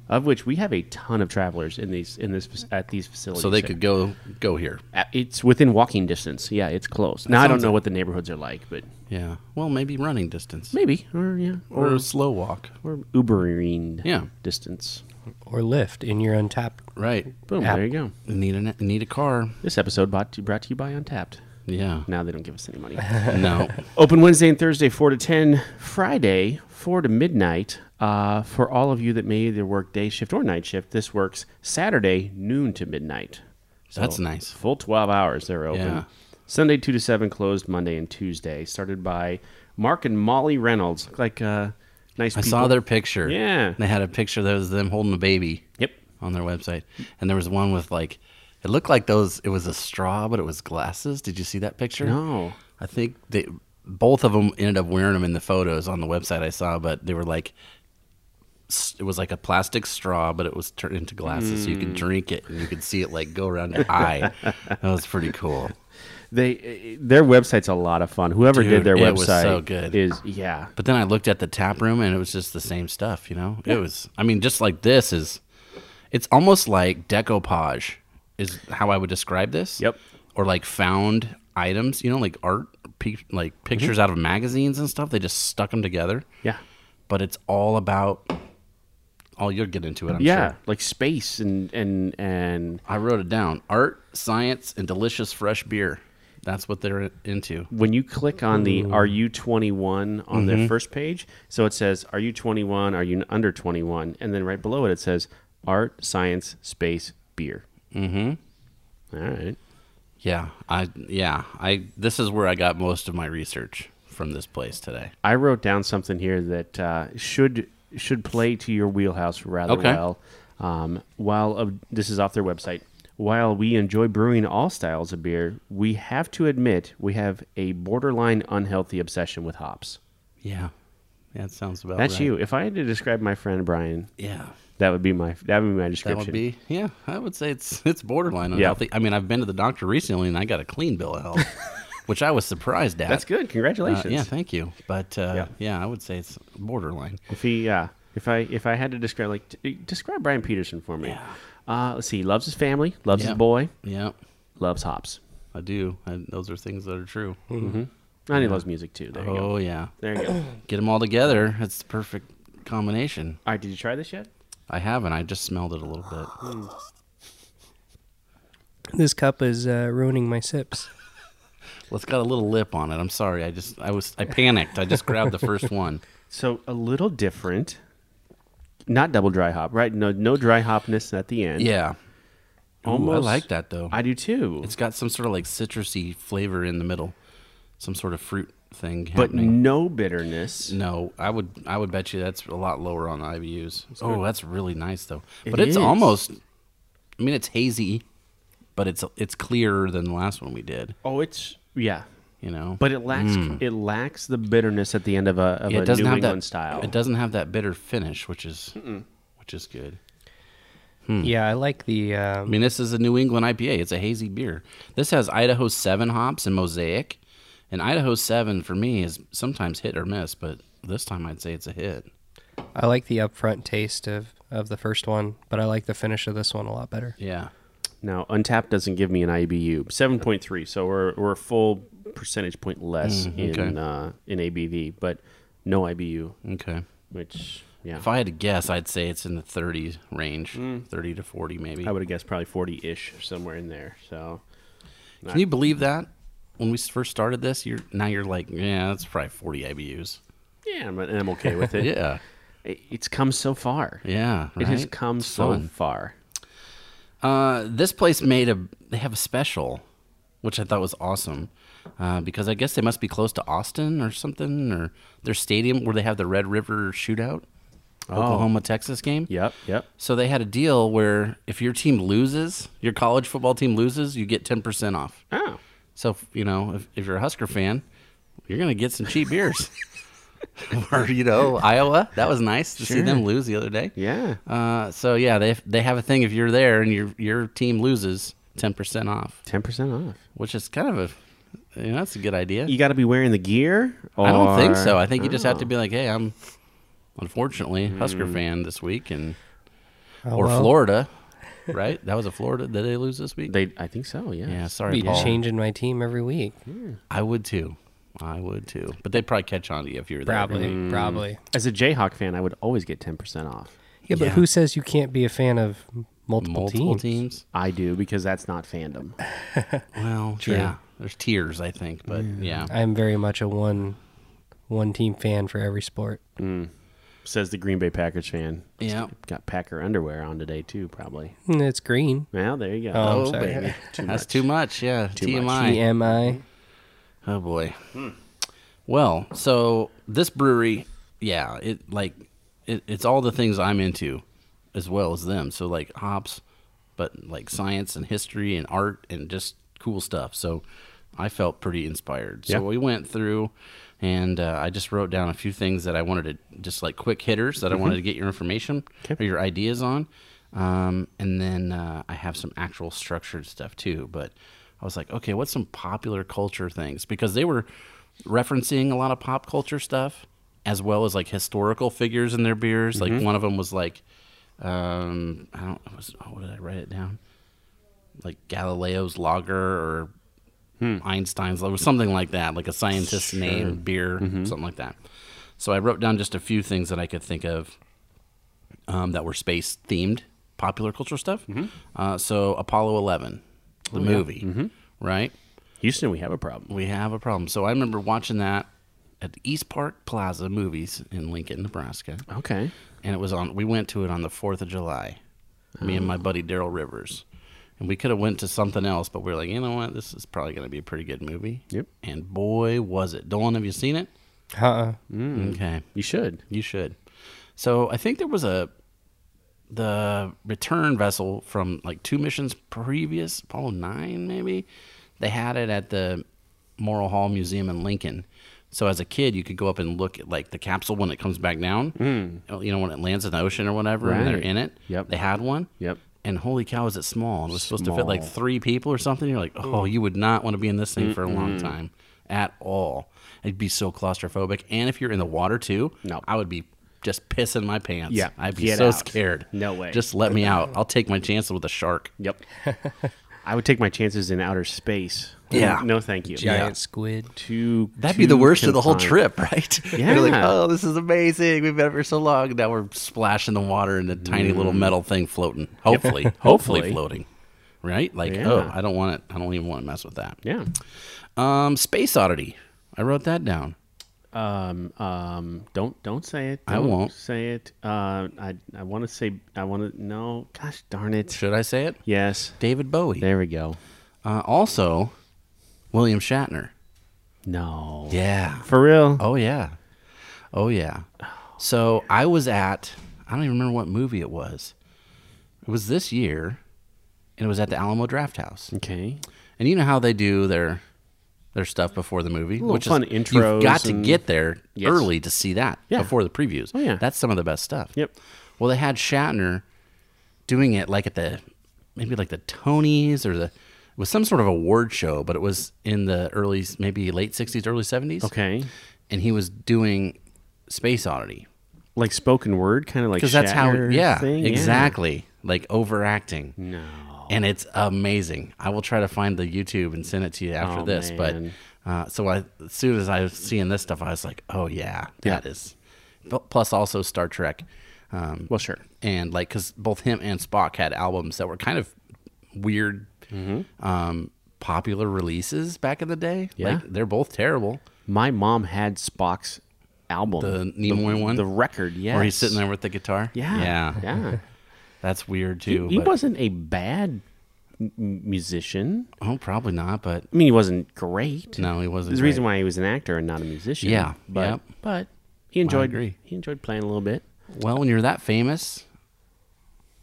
Speaker 1: Of which we have a ton of travelers in these in this at these facilities.
Speaker 2: So they
Speaker 1: there.
Speaker 2: could go go here.
Speaker 1: Uh, It's within walking distance. Yeah, it's close. Now I don't
Speaker 2: sounds
Speaker 1: know
Speaker 2: like-
Speaker 1: what the neighborhoods are like, but
Speaker 2: Yeah. Well, maybe running distance
Speaker 1: maybe or yeah
Speaker 2: or,
Speaker 1: or
Speaker 2: a slow walk.
Speaker 1: or Ubering
Speaker 2: Yeah.
Speaker 1: distance.
Speaker 3: or Lyft in your untapped.
Speaker 2: Right.
Speaker 1: Boom,
Speaker 3: App.
Speaker 1: there you go.
Speaker 2: Need a need a car.
Speaker 1: This episode brought to, brought to you by Untapped.
Speaker 2: Yeah.
Speaker 1: Now they don't give us any money.
Speaker 2: No.
Speaker 1: Open Wednesday and Thursday, 4 to 10. Friday, 4 to midnight. Uh, for all of you that may either work day shift or night shift, this works Saturday, noon to midnight. So
Speaker 2: That's nice.
Speaker 1: Full 12 hours they're open.
Speaker 2: Yeah.
Speaker 1: Sunday, 2 to 7, closed Monday and Tuesday. Started by Mark and Molly Reynolds. Look Like uh, nice
Speaker 2: I
Speaker 1: people.
Speaker 2: saw their picture.
Speaker 1: Yeah.
Speaker 2: They had a picture that was them holding a baby.
Speaker 1: Yep.
Speaker 2: On their website, and there was one with like, it looked like those. It was a straw, but it was glasses. Did you see that picture?
Speaker 1: No.
Speaker 2: I think they both of them ended up wearing them in the photos on the website I saw, but they were like s- it was like a plastic straw, but it was turned into glasses, so you could drink it and you could see it like go around your eye. That was pretty cool.
Speaker 1: They their website's a lot of fun. Whoever did
Speaker 2: Dude,
Speaker 1: their
Speaker 2: it
Speaker 1: website
Speaker 2: was so good.
Speaker 1: is yeah.
Speaker 2: But then I looked at the tap room and it was just the same stuff, you know. It was, I mean, just like this is, it's almost like decoupage is how I would describe this.
Speaker 1: Yep.
Speaker 2: Or like found items, you know, like art, pe- like pictures out of magazines and stuff. They just stuck them together.
Speaker 1: Mm-hmm. Yeah.
Speaker 2: but it's all about. Oh, you'll get into it. I'm
Speaker 1: yeah,
Speaker 2: sure.
Speaker 1: like space and and and
Speaker 2: I wrote it down: art, science, and delicious fresh beer. That's what they're into.
Speaker 1: when you click on the are you 21 on
Speaker 2: Mm-hmm.
Speaker 1: their first page so it says are you 21 are you under 21 and then right below it it says art science space beer mm-hmm all right
Speaker 2: Yeah, I yeah I. This is where I got most of my research from this place today.
Speaker 1: i wrote down something here that uh, should should play to your wheelhouse rather
Speaker 2: Okay.
Speaker 1: well um, while of this is off their website while we enjoy brewing all styles of beer we have to admit we have a borderline unhealthy obsession with hops
Speaker 2: Yeah, that sounds about.
Speaker 1: that's
Speaker 2: right.
Speaker 1: you if i had to describe my friend brian
Speaker 2: Yeah,
Speaker 1: That would be my that would be my
Speaker 2: that
Speaker 1: description.
Speaker 2: would be. Yeah, I would say it's it's borderline
Speaker 1: Yeah.
Speaker 2: unhealthy. I mean, I've been to the doctor recently and I got a clean bill of health, which I was surprised at.
Speaker 1: That's good.
Speaker 2: Uh,
Speaker 1: Congratulations.
Speaker 2: yeah, thank you. But uh,
Speaker 1: Yeah.
Speaker 2: yeah, I would say it's borderline.
Speaker 1: If he uh, if I if I had to describe like t- describe Brian Peterson for me.
Speaker 2: Yeah.
Speaker 1: Uh, let's see. He loves his family. Loves
Speaker 2: Yeah.
Speaker 1: his boy.
Speaker 2: Yeah,
Speaker 1: Loves hops.
Speaker 2: I do. I, those are things that are true.
Speaker 1: And he loves music too. There you go.
Speaker 2: Oh yeah,
Speaker 1: There you go. All
Speaker 2: get them all together. It's the perfect combination.
Speaker 1: right. Did you try this yet?
Speaker 2: I haven't. I just smelled it a little bit.
Speaker 3: This cup is uh, ruining my sips.
Speaker 2: Well, it's got a little lip on it. I'm sorry. I just I was I panicked. I just grabbed the first one.
Speaker 1: So a little different. Not double dry hop, right? No, no dry hopness at the end.
Speaker 2: Yeah, Ooh, I
Speaker 1: Almost.
Speaker 2: like that though.
Speaker 1: I do too.
Speaker 2: It's got some sort of like citrusy flavor in the middle, some sort of fruit thing.
Speaker 1: but
Speaker 2: happening.
Speaker 1: no bitterness.
Speaker 2: no, I would I would bet you that's a lot lower on the IBUs. oh, that's really nice though. But
Speaker 1: It
Speaker 2: it's
Speaker 1: is.
Speaker 2: almost, I mean, it's hazy, but it's it's clearer than the last one we did.
Speaker 1: Oh, it's yeah.
Speaker 2: You know,
Speaker 1: But it lacks it lacks the bitterness at the end of a of
Speaker 2: Mm. Yeah,
Speaker 1: a
Speaker 2: it
Speaker 1: New
Speaker 2: doesn't have
Speaker 1: England
Speaker 2: that
Speaker 1: style.
Speaker 2: It doesn't have that bitter finish, which is which is good. Hmm.
Speaker 3: Yeah, I like the.
Speaker 2: I
Speaker 3: Um,
Speaker 2: mean, this is a New England IPA. It's a hazy beer. This has Idaho 7 hops and Mosaic. And Idaho 7 for me is sometimes hit or miss, but this time I'd say it's a hit.
Speaker 3: I like the upfront taste of of the first one, but I like the finish of this one a lot better.
Speaker 2: Yeah.
Speaker 1: Now, Untapped doesn't give me an IBU, seven point three. So we're we're a full percentage point less in
Speaker 2: Mm, okay.
Speaker 1: uh, in ABV, but no IBU,
Speaker 2: Okay.
Speaker 1: which yeah,
Speaker 2: If I had to guess, I'd say it's in the 30 range,
Speaker 1: Hmm.
Speaker 2: 30 to 40 maybe.
Speaker 1: I would have guessed probably forty ish somewhere in there. So
Speaker 2: Can you believe that? When we first started this, you're now you're like, yeah, that's probably 40 IBUs.
Speaker 1: yeah, I'm, I'm okay with it.
Speaker 2: Yeah.
Speaker 1: It- It's come so far.
Speaker 2: Yeah.
Speaker 1: It has
Speaker 2: right?
Speaker 1: come
Speaker 2: It's
Speaker 1: so
Speaker 2: fun.
Speaker 1: far.
Speaker 2: Uh, this place made a they have a special, which I thought was awesome, uh, because I guess they must be close to Austin or something, or their stadium where they have the Red River Shootout. Oklahoma Texas game.
Speaker 1: Yep. Yep.
Speaker 2: So they had a deal where if your team loses, your college football team loses, you get 10% off.
Speaker 1: Oh.
Speaker 2: So, if- you know, if, if you're a Husker fan, you're going to get some cheap beers. or, you know, Iowa. That was nice to see them lose the other day.
Speaker 1: Yeah.
Speaker 2: Uh, so, yeah, they, they have a thing if you're there and your, your team loses, 10% off,
Speaker 1: Ten percent off.
Speaker 2: which is kind of a, you know, that's a good idea.
Speaker 1: You got to be wearing the gear. Or...
Speaker 2: I don't think so. I think you just have to be like, hey, I'm unfortunately Husker fan this week and or
Speaker 3: Oh, well.
Speaker 2: Florida, right? That was a Florida. Did they lose this week?
Speaker 1: They. I think so. Yeah.
Speaker 2: yeah, sorry,
Speaker 3: Be
Speaker 2: Paul.
Speaker 3: changing my team every week.
Speaker 2: I would too. I would too. But they'd probably catch on to you if you were there.
Speaker 3: Probably,
Speaker 2: right?
Speaker 3: probably.
Speaker 1: As a Jayhawk fan, I would always get ten percent off.
Speaker 3: Yeah, but
Speaker 2: Yeah.
Speaker 3: who says you can't be a fan of multiple,
Speaker 2: Multiple
Speaker 3: teams?
Speaker 2: teams.
Speaker 1: I do because that's not fandom.
Speaker 2: Well, yeah. There's tiers, I think, but yeah.
Speaker 3: I'm very much a one one team fan for every sport.
Speaker 1: Says the Green Bay Packers fan.
Speaker 2: Yeah.
Speaker 1: Got Packer underwear on today too, probably.
Speaker 3: Mm, It's green.
Speaker 1: Well, there you go.
Speaker 3: Oh, I'm
Speaker 2: Oh,
Speaker 3: sorry.
Speaker 2: baby. That's too much. Yeah. TMI.
Speaker 3: TMI.
Speaker 2: Oh boy. Well, so this brewery, yeah, it like it, it's all the things I'm into as well as them. So like hops, but like science and history and art and just cool stuff. So I felt pretty inspired. So
Speaker 1: Yeah.
Speaker 2: we went through and uh, I just wrote down a few things that I wanted to just like quick hitters that I wanted to get your information or your ideas on. Um, and then uh, I have some actual structured stuff too. But I was like, okay, what's some popular culture things? Because they were referencing a lot of pop culture stuff as well as like historical figures in their beers. Like one of them was like, um, I don't, it was, oh, did I write it down? Like Galileo's lager or Einstein's lager, something like that, like a scientist's name, beer, something like that. So I wrote down just a few things that I could think of um, that were space themed popular culture stuff. Uh, so Apollo 11, the movie, right?
Speaker 1: Houston, we have a problem.
Speaker 2: We have a problem. So I remember watching that at the East Park Plaza movies in Lincoln, Nebraska.
Speaker 1: Okay.
Speaker 2: And it was on we went to it on the 4th of July. Me and my buddy Daryl Rivers. And we could have went to something else, but we were like, you know what? This is probably going to be a pretty good movie.
Speaker 1: Yep.
Speaker 2: And boy, was it. Dolan, have you seen it?
Speaker 3: Uh-uh.
Speaker 2: Okay.
Speaker 1: You should.
Speaker 2: You should. So I think there was a the return vessel from like two missions previous, Apollo nine maybe. They had it at the Morrill Hall Museum in Lincoln. So as a kid, you could go up and look at like the capsule when it comes back down. Mm. You know when it lands in the ocean or whatever, and they're
Speaker 1: Hmm. Right.
Speaker 2: in it.
Speaker 1: Yep.
Speaker 2: They had one.
Speaker 1: Yep.
Speaker 2: And holy cow, is it small? It was supposed to fit like
Speaker 1: Small.
Speaker 2: three people or something. You're like, oh, you would not want to be in this thing for a long time at all. It'd be so claustrophobic. And if you're in the water too,
Speaker 1: No.
Speaker 2: I would be just pissing my pants.
Speaker 1: Yeah,
Speaker 2: I'd be
Speaker 1: get
Speaker 2: so
Speaker 1: out.
Speaker 2: scared.
Speaker 1: No way.
Speaker 2: Just let me out. I'll take my chances with a shark.
Speaker 1: Yep. I would take my chances in outer space.
Speaker 2: Yeah.
Speaker 1: No, thank you.
Speaker 3: Giant squid.
Speaker 1: Too.
Speaker 2: That'd be the
Speaker 1: too
Speaker 2: worst of the whole
Speaker 1: confined.
Speaker 2: trip, right? You're like,
Speaker 1: Yeah.
Speaker 2: oh, this is amazing. We've been up for so long. Now we're splashing the water in a tiny little metal thing floating. Mm. Hopefully, hopefully
Speaker 1: Hopefully.
Speaker 2: floating. Right? Like,
Speaker 1: Yeah.
Speaker 2: oh, I don't want it. I don't even want to mess with that.
Speaker 1: Yeah.
Speaker 2: Um, space oddity. I wrote that down.
Speaker 1: Um. Um. Don't don't say it.
Speaker 2: I
Speaker 1: Don't
Speaker 2: won't.
Speaker 1: say it. Uh. I. I want to say. I want to. No. Gosh darn it.
Speaker 2: Should I say it?
Speaker 1: Yes.
Speaker 2: David Bowie.
Speaker 1: There we go.
Speaker 2: Uh, also, William Shatner.
Speaker 1: No.
Speaker 2: Yeah.
Speaker 1: For real.
Speaker 2: Oh yeah. Oh yeah. So I was at I don't even remember what movie it was. It was this year and it was at the Alamo Draft House.
Speaker 1: Okay.
Speaker 2: And you know how they do their their stuff before the movie,
Speaker 1: Little
Speaker 2: which
Speaker 1: fun
Speaker 2: is you've
Speaker 1: intros
Speaker 2: got to
Speaker 1: and-
Speaker 2: get there
Speaker 1: Yes.
Speaker 2: early to see that
Speaker 1: Yeah.
Speaker 2: before the previews.
Speaker 1: Oh, yeah.
Speaker 2: That's some of the best stuff.
Speaker 1: Yep.
Speaker 2: Well, they had Shatner doing it like at the maybe like the Tonys or the it was some sort of award show, but it was in the early maybe late 60s, early 70s
Speaker 1: Okay.
Speaker 2: and he was doing space oddity
Speaker 1: Like spoken word, kind of like
Speaker 2: because that's how
Speaker 1: Shatner
Speaker 2: yeah
Speaker 1: thing?
Speaker 2: exactly like overacting
Speaker 1: No.
Speaker 2: and it's amazing i will try to find the youtube and send it to you after
Speaker 1: Oh,
Speaker 2: this
Speaker 1: man.
Speaker 2: but uh, so I, as soon as i was seeing this stuff i was like oh yeah that
Speaker 1: Yeah.
Speaker 2: is Pl- plus also star trek um,
Speaker 1: Well, sure.
Speaker 2: and like because both him and spock had albums that were kind of weird um, popular releases back in the day
Speaker 1: Mm-hmm. Yeah.
Speaker 2: like they're both terrible
Speaker 1: My mom had Spock's album,
Speaker 2: the Nimoy one?
Speaker 1: the record. Yeah,
Speaker 2: where he's sitting there with the guitar
Speaker 1: Yeah,
Speaker 2: yeah
Speaker 1: yeah.
Speaker 2: That's weird
Speaker 1: He,
Speaker 2: too.
Speaker 1: he
Speaker 2: but-
Speaker 1: wasn't a bad m- musician.
Speaker 2: Oh, probably not. But
Speaker 1: I mean, he wasn't great.
Speaker 2: no, he wasn't.
Speaker 1: There's a reason why he was an actor and not a musician.
Speaker 2: Yeah,
Speaker 1: but
Speaker 2: yep.
Speaker 1: but he enjoyed.
Speaker 2: agree.
Speaker 1: He enjoyed playing a little bit.
Speaker 2: Well, when you're that famous,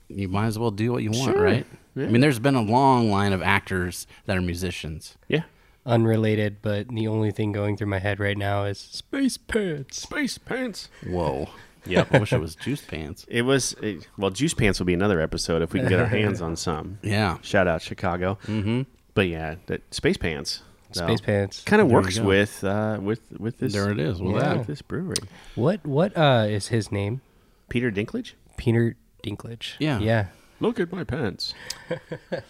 Speaker 2: you might as well do what you want,
Speaker 1: Sure.
Speaker 2: right?
Speaker 1: Yeah.
Speaker 2: I mean, there's been a long line of actors that are musicians.
Speaker 1: Yeah.
Speaker 3: Unrelated, but the only thing going through my head right now is space pants.
Speaker 1: Space pants.
Speaker 2: Whoa. Yep. I wish it was Juice Pants.
Speaker 1: It was it, well, juice pants will be another episode if we can get our hands on some.
Speaker 2: Yeah.
Speaker 1: Shout out Chicago. Mm-hmm. But yeah, that space pants.
Speaker 3: Space pants.
Speaker 1: Kind of
Speaker 2: There you
Speaker 1: works
Speaker 2: go.
Speaker 1: with uh, with with this.
Speaker 2: There it is. Well,
Speaker 1: yeah,
Speaker 2: that.
Speaker 1: with this brewery.
Speaker 3: What what uh is his name?
Speaker 1: Peter Dinklage.
Speaker 3: Peter Dinklage.
Speaker 2: Yeah.
Speaker 3: Yeah.
Speaker 1: Look at my pants.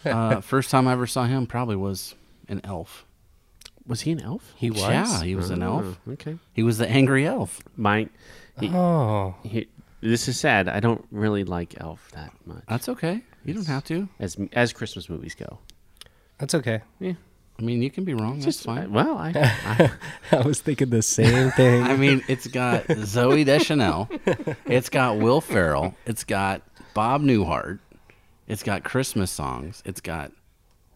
Speaker 2: Uh, first time I ever saw him probably was an elf.
Speaker 1: Was he an elf?
Speaker 3: He was.
Speaker 2: Yeah, he was an
Speaker 1: Oh,
Speaker 2: elf.
Speaker 1: Okay.
Speaker 2: He was the angry elf.
Speaker 1: My. He,
Speaker 3: Oh.
Speaker 1: he, this is sad. I don't really like Elf that much.
Speaker 2: That's okay. You don't have to.
Speaker 1: as as Christmas movies go.
Speaker 3: That's okay.
Speaker 1: Yeah,
Speaker 2: I mean, you can be wrong. That's
Speaker 1: just uh,
Speaker 2: fine.
Speaker 1: Well, I, I
Speaker 3: I was thinking the same thing.
Speaker 2: I mean, it's got Zoe Deschanel. It's got Will Ferrell. It's got Bob Newhart. It's got Christmas songs. It's got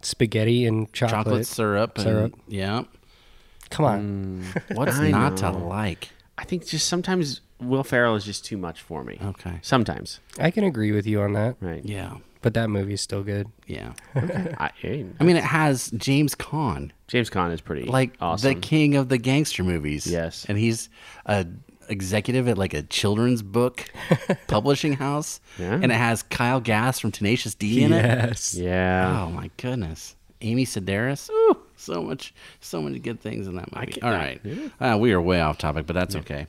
Speaker 3: Spaghetti and chocolate.
Speaker 2: chocolate syrup. Mm. And,
Speaker 3: Syrup.
Speaker 2: Yeah.
Speaker 3: Come on.
Speaker 2: What's
Speaker 1: I
Speaker 2: not to
Speaker 1: know.
Speaker 2: like?
Speaker 1: I think just sometimes Will Ferrell is just too much for me.
Speaker 2: Okay.
Speaker 1: Sometimes,
Speaker 3: I can agree with you on that,
Speaker 1: right?
Speaker 2: Yeah.
Speaker 3: but that movie's still good.
Speaker 2: Yeah.
Speaker 1: I, hey,
Speaker 2: I mean, it has James Caan,
Speaker 1: James Caan is pretty
Speaker 2: like
Speaker 1: awesome.
Speaker 2: the king of the gangster movies.
Speaker 1: Yes.
Speaker 2: And he's a executive at like a children's book publishing house.
Speaker 1: Yeah.
Speaker 2: And it has Kyle Gass from Tenacious D in it.
Speaker 3: Yes.
Speaker 1: yeah,
Speaker 2: Oh my goodness. Amy Sedaris. Ooh, so much, so many good things in that movie. All right, uh, we are way off topic, but that's okay.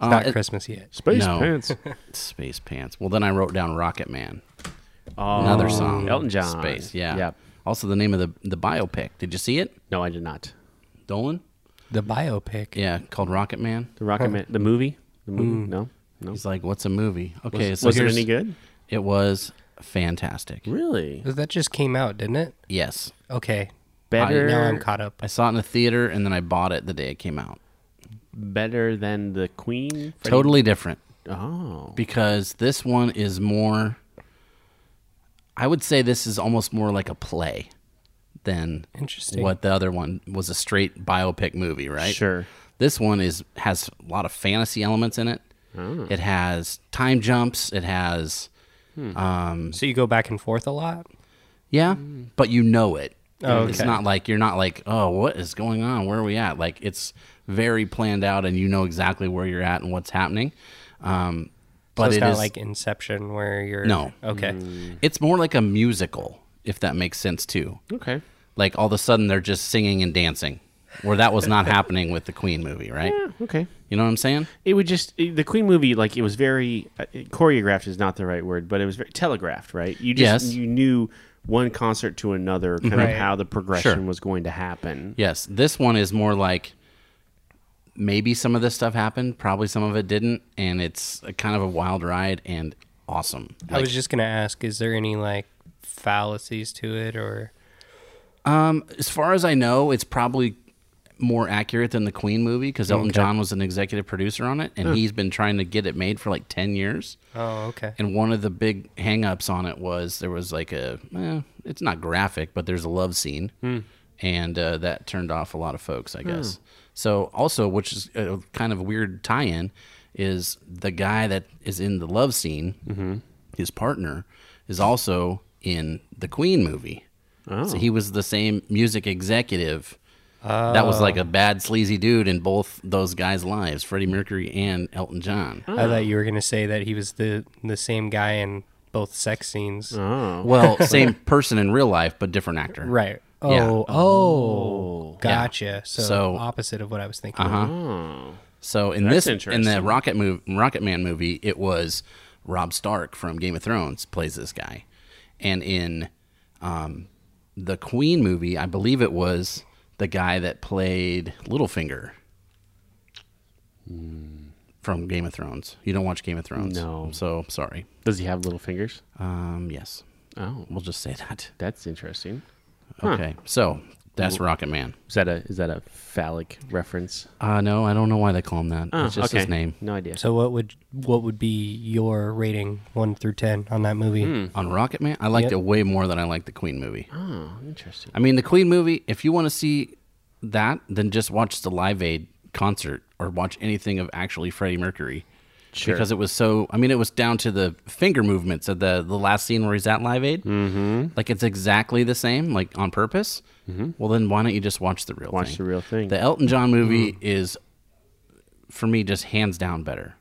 Speaker 2: Uh,
Speaker 3: Not
Speaker 2: it-
Speaker 3: Christmas yet.
Speaker 1: space
Speaker 2: no.
Speaker 1: pants.
Speaker 2: Space pants. Well, then I wrote down Rocket Man,
Speaker 1: Oh,
Speaker 2: another song.
Speaker 1: Elton John.
Speaker 2: Space. Yeah.
Speaker 1: Yep.
Speaker 2: Also, the name of the the biopic. Did you see it,
Speaker 1: No, I did not.
Speaker 2: Dolan?
Speaker 3: The biopic.
Speaker 2: Yeah, called Rocket Man.
Speaker 1: The Rocket Man, the movie, the
Speaker 3: Hmm.
Speaker 1: movie. No, no.
Speaker 2: He's like, "What's a movie?" Okay,
Speaker 1: was
Speaker 2: so
Speaker 1: was it
Speaker 2: here's-
Speaker 1: any good?
Speaker 2: It was fantastic.
Speaker 1: Really?
Speaker 3: That just came out, didn't it?
Speaker 2: Yes,
Speaker 3: Okay.
Speaker 1: Better.
Speaker 3: Now I'm caught up.
Speaker 2: I saw it in the theater, and then I bought it the day it came out.
Speaker 1: better than the Queen. Freddie-
Speaker 2: Totally different.
Speaker 1: Oh,
Speaker 2: because this one is more I would say this is almost more like a play than
Speaker 3: Interesting.
Speaker 2: what the other one was a straight biopic movie, right?
Speaker 1: Sure.
Speaker 2: This one is has a lot of fantasy elements in it.
Speaker 1: Oh.
Speaker 2: It has time jumps, it has um
Speaker 3: So you go back and forth a lot?
Speaker 2: yeah, but you know it.
Speaker 3: Mm. Oh,
Speaker 2: It's
Speaker 3: okay.
Speaker 2: not like you're not like, "Oh, what is going on? Where are we at?" Like it's very planned out and you know exactly where you're at and what's happening. Um
Speaker 3: So
Speaker 2: but
Speaker 3: it's
Speaker 2: it
Speaker 3: not
Speaker 2: is-
Speaker 3: like Inception where you're
Speaker 2: No.
Speaker 3: Okay.
Speaker 2: It's more like a musical, if that makes sense too.
Speaker 1: okay.
Speaker 2: Like all of a sudden they're just singing and dancing, where that was not happening with the Queen movie, right?
Speaker 1: Yeah, okay.
Speaker 2: You know what I'm saying?
Speaker 1: It would just it- the Queen movie like it was very uh, choreographed is not the right word, but it was very telegraphed, right? You just
Speaker 2: Yes.
Speaker 1: you knew one concert to another, kind
Speaker 3: Right.
Speaker 1: of how the progression
Speaker 2: Sure.
Speaker 1: was going to happen.
Speaker 2: Yes. This one is more like maybe some of this stuff happened, probably some of it didn't, and it's a kind of a wild ride and awesome.
Speaker 3: I was just gonna ask, is there any like fallacies to it or
Speaker 2: Um, as far as I know, it's probably more accurate than the Queen movie because Elton John was an executive producer on it, and he's been trying to get it made for like ten years.
Speaker 3: Oh, okay.
Speaker 2: And one of the big hangups on it was there was like a, eh, it's not graphic, but there's a love scene. And uh, that turned off a lot of folks, I guess. So, also, which is a kind of weird tie in, is the guy that is in the love scene, his partner, is also in the Queen movie. So he was the same music executive. That was like a bad sleazy dude in both those guys' lives, Freddie Mercury and Elton John.
Speaker 3: I thought you were gonna say that he was the the same guy in both sex scenes.
Speaker 1: Oh,
Speaker 2: Well, same person in real life, but different actor.
Speaker 3: Right. Oh,
Speaker 2: Yeah. Oh.
Speaker 3: oh, gotcha. So,
Speaker 2: So- uh-huh.
Speaker 3: opposite of what I was thinking.
Speaker 2: So in
Speaker 1: That's
Speaker 2: this, in the
Speaker 1: interesting.
Speaker 2: Rocket move, Rocket Man movie, it was Rob Stark from Game of Thrones plays this guy, and in um, the Queen movie, I believe it was the guy that played Littlefinger from Game of Thrones. You don't watch Game of Thrones,
Speaker 1: Hmm. No.
Speaker 2: So sorry.
Speaker 1: does he have little fingers?
Speaker 2: Um, yes,
Speaker 1: Oh,
Speaker 2: we'll just say that.
Speaker 1: that's interesting.
Speaker 2: Okay, so that's Rocket Man.
Speaker 1: Is that a is that a phallic reference?
Speaker 2: Uh, no, I don't know why they call him that.
Speaker 1: Oh,
Speaker 2: it's just his
Speaker 1: okay.
Speaker 2: name.
Speaker 1: No idea.
Speaker 3: So what would what would be your rating one through ten on that movie?
Speaker 2: on Rocket Man. I liked
Speaker 3: Yep.
Speaker 2: it way more than I liked the Queen movie.
Speaker 1: oh, interesting.
Speaker 2: I mean, the Queen movie. If you want to see that, then just watch the Live Aid concert or watch anything of actually Freddie Mercury.
Speaker 1: Sure.
Speaker 2: because it was so. I mean, it was down to the finger movements of the the last scene where he's at Live Aid. Mm-hmm. Like it's exactly the same, like on purpose. Well, then why don't you just watch the real
Speaker 1: Mm-hmm. Watch
Speaker 2: thing?
Speaker 1: the real thing. Mm-hmm.
Speaker 2: The Elton John movie is, for me, just hands down better.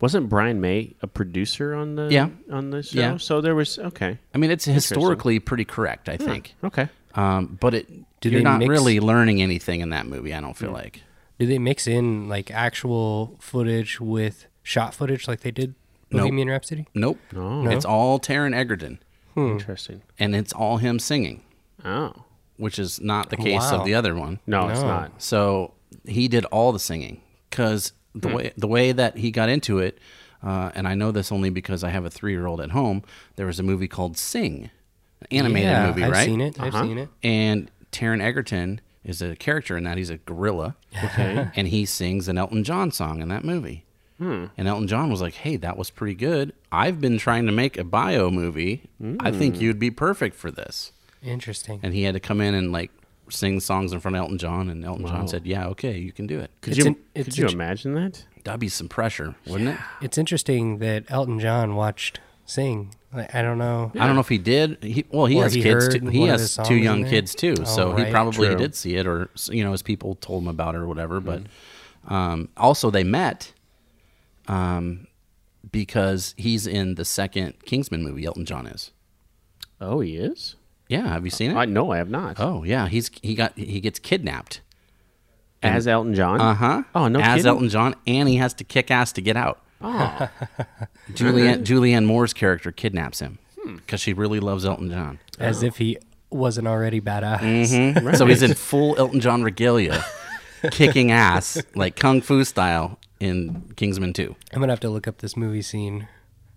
Speaker 1: Wasn't Brian May a producer on the
Speaker 2: Yeah.
Speaker 1: on the show?
Speaker 2: Yeah.
Speaker 1: So there was okay.
Speaker 2: I mean, it's historically pretty correct, I think.
Speaker 1: Okay.
Speaker 2: Um, but it
Speaker 3: Do
Speaker 2: you're
Speaker 3: they
Speaker 2: not
Speaker 3: mix-
Speaker 2: really learning anything in that movie. I don't feel like.
Speaker 3: Do they mix in like actual footage with shot footage like they did
Speaker 2: Nope.
Speaker 3: Bohemian Rhapsody?
Speaker 2: Nope.
Speaker 1: No.
Speaker 2: It's all Taron Egerton,
Speaker 1: Interesting.
Speaker 2: and it's all him singing,
Speaker 1: Oh.
Speaker 2: which is not the case
Speaker 3: Oh, wow.
Speaker 2: of the other one.
Speaker 1: No, it's
Speaker 3: No.
Speaker 1: not.
Speaker 2: So he did all the singing because the
Speaker 3: Hmm.
Speaker 2: way the way that he got into it, uh, and I know this only because I have a three year old at home. There was a movie called Sing, an animated
Speaker 3: yeah,
Speaker 2: movie,
Speaker 3: I've
Speaker 2: right?
Speaker 3: seen it. I've
Speaker 1: Uh-huh.
Speaker 3: seen it.
Speaker 2: And Taron Egerton is a character in that. He's a gorilla,
Speaker 1: Okay.
Speaker 2: and he sings an Elton John song in that movie. And Elton John was like, "Hey, that was pretty good. I've been trying to make a bio movie. I think you'd be perfect for this."
Speaker 3: Interesting.
Speaker 2: And he had to come in and like sing songs in front of Elton John, and Elton John said, "Yeah, okay, you can do it."
Speaker 1: Could
Speaker 3: It's
Speaker 1: you
Speaker 3: an-
Speaker 1: could
Speaker 3: it's
Speaker 1: you
Speaker 3: int-
Speaker 1: imagine that?
Speaker 2: That'd be some pressure, wouldn't
Speaker 3: It's interesting that Elton John watched Sing. Like, I don't know.
Speaker 2: it? I don't know if he did. He, well, he
Speaker 3: Or
Speaker 2: has
Speaker 3: he
Speaker 2: kids.
Speaker 3: heard
Speaker 2: Too. He
Speaker 3: one of
Speaker 2: has
Speaker 3: his
Speaker 2: two
Speaker 3: songs
Speaker 2: young
Speaker 3: in there.
Speaker 2: kids too,
Speaker 3: Oh,
Speaker 2: so he
Speaker 3: right.
Speaker 2: probably
Speaker 1: True.
Speaker 2: did see it, or you know, his people told him about it or whatever. But
Speaker 3: Mm-hmm.
Speaker 2: um, also, they met um, because he's in the second Kingsman movie. Elton John is.
Speaker 1: Oh, he is.
Speaker 2: Yeah, have you seen it?
Speaker 1: I no, I have not.
Speaker 2: oh, yeah. He's he got he gets kidnapped.
Speaker 1: As Elton John.
Speaker 2: Uh
Speaker 3: Uh-huh.
Speaker 2: huh.
Speaker 1: Oh no.
Speaker 2: As
Speaker 1: kidding?
Speaker 2: Elton John, and he has to kick ass to get out.
Speaker 1: Oh.
Speaker 2: Julianne Julianne Moore's character kidnaps him
Speaker 1: Hmm.
Speaker 2: because she really loves Elton John.
Speaker 3: As if he wasn't already badass.
Speaker 2: So he's in full Elton John regalia, kicking ass like kung fu style in Kingsman Two.
Speaker 3: I'm gonna have to look up this movie scene.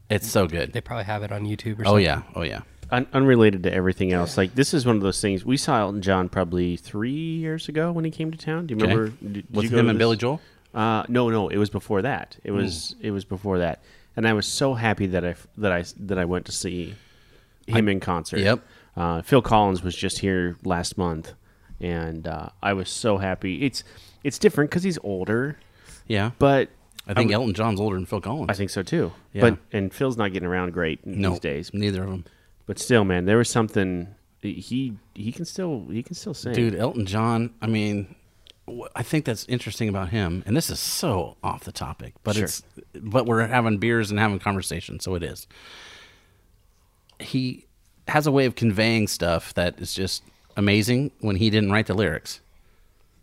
Speaker 2: It's so good.
Speaker 3: They probably have it on YouTube or something.
Speaker 2: Oh yeah, oh yeah.
Speaker 1: Un- unrelated to everything else. Like this is one of those things. We saw Elton John probably three years ago when he came to town. Do you
Speaker 2: Okay.
Speaker 1: remember? Did, did
Speaker 2: With
Speaker 1: you go
Speaker 2: him
Speaker 1: to
Speaker 2: and
Speaker 1: this?
Speaker 2: Billy Joel. Hmm.
Speaker 1: Uh, no, no, it was before that. It was it was before that, and I was so happy that I f- that I s- that I went to see him in concert.
Speaker 2: Yep.
Speaker 1: Uh, Phil Collins was just here last month, and uh, I was so happy. It's it's different because he's older,
Speaker 2: Yeah,
Speaker 1: but
Speaker 2: I think Elton John's older than Phil Collins.
Speaker 1: I think so too.
Speaker 2: Yeah.
Speaker 1: But and Phil's not getting around great
Speaker 2: no,
Speaker 1: these days.
Speaker 2: neither of them.
Speaker 1: But still, man, there was something he he can still he can still sing.
Speaker 2: Dude, Elton John. I mean, wh- I think that's interesting about him, and this is so off the topic, but
Speaker 1: Sure.
Speaker 2: it's but we're having beers and having conversations, so it is. He has a way of conveying stuff that is just amazing when he didn't write the lyrics.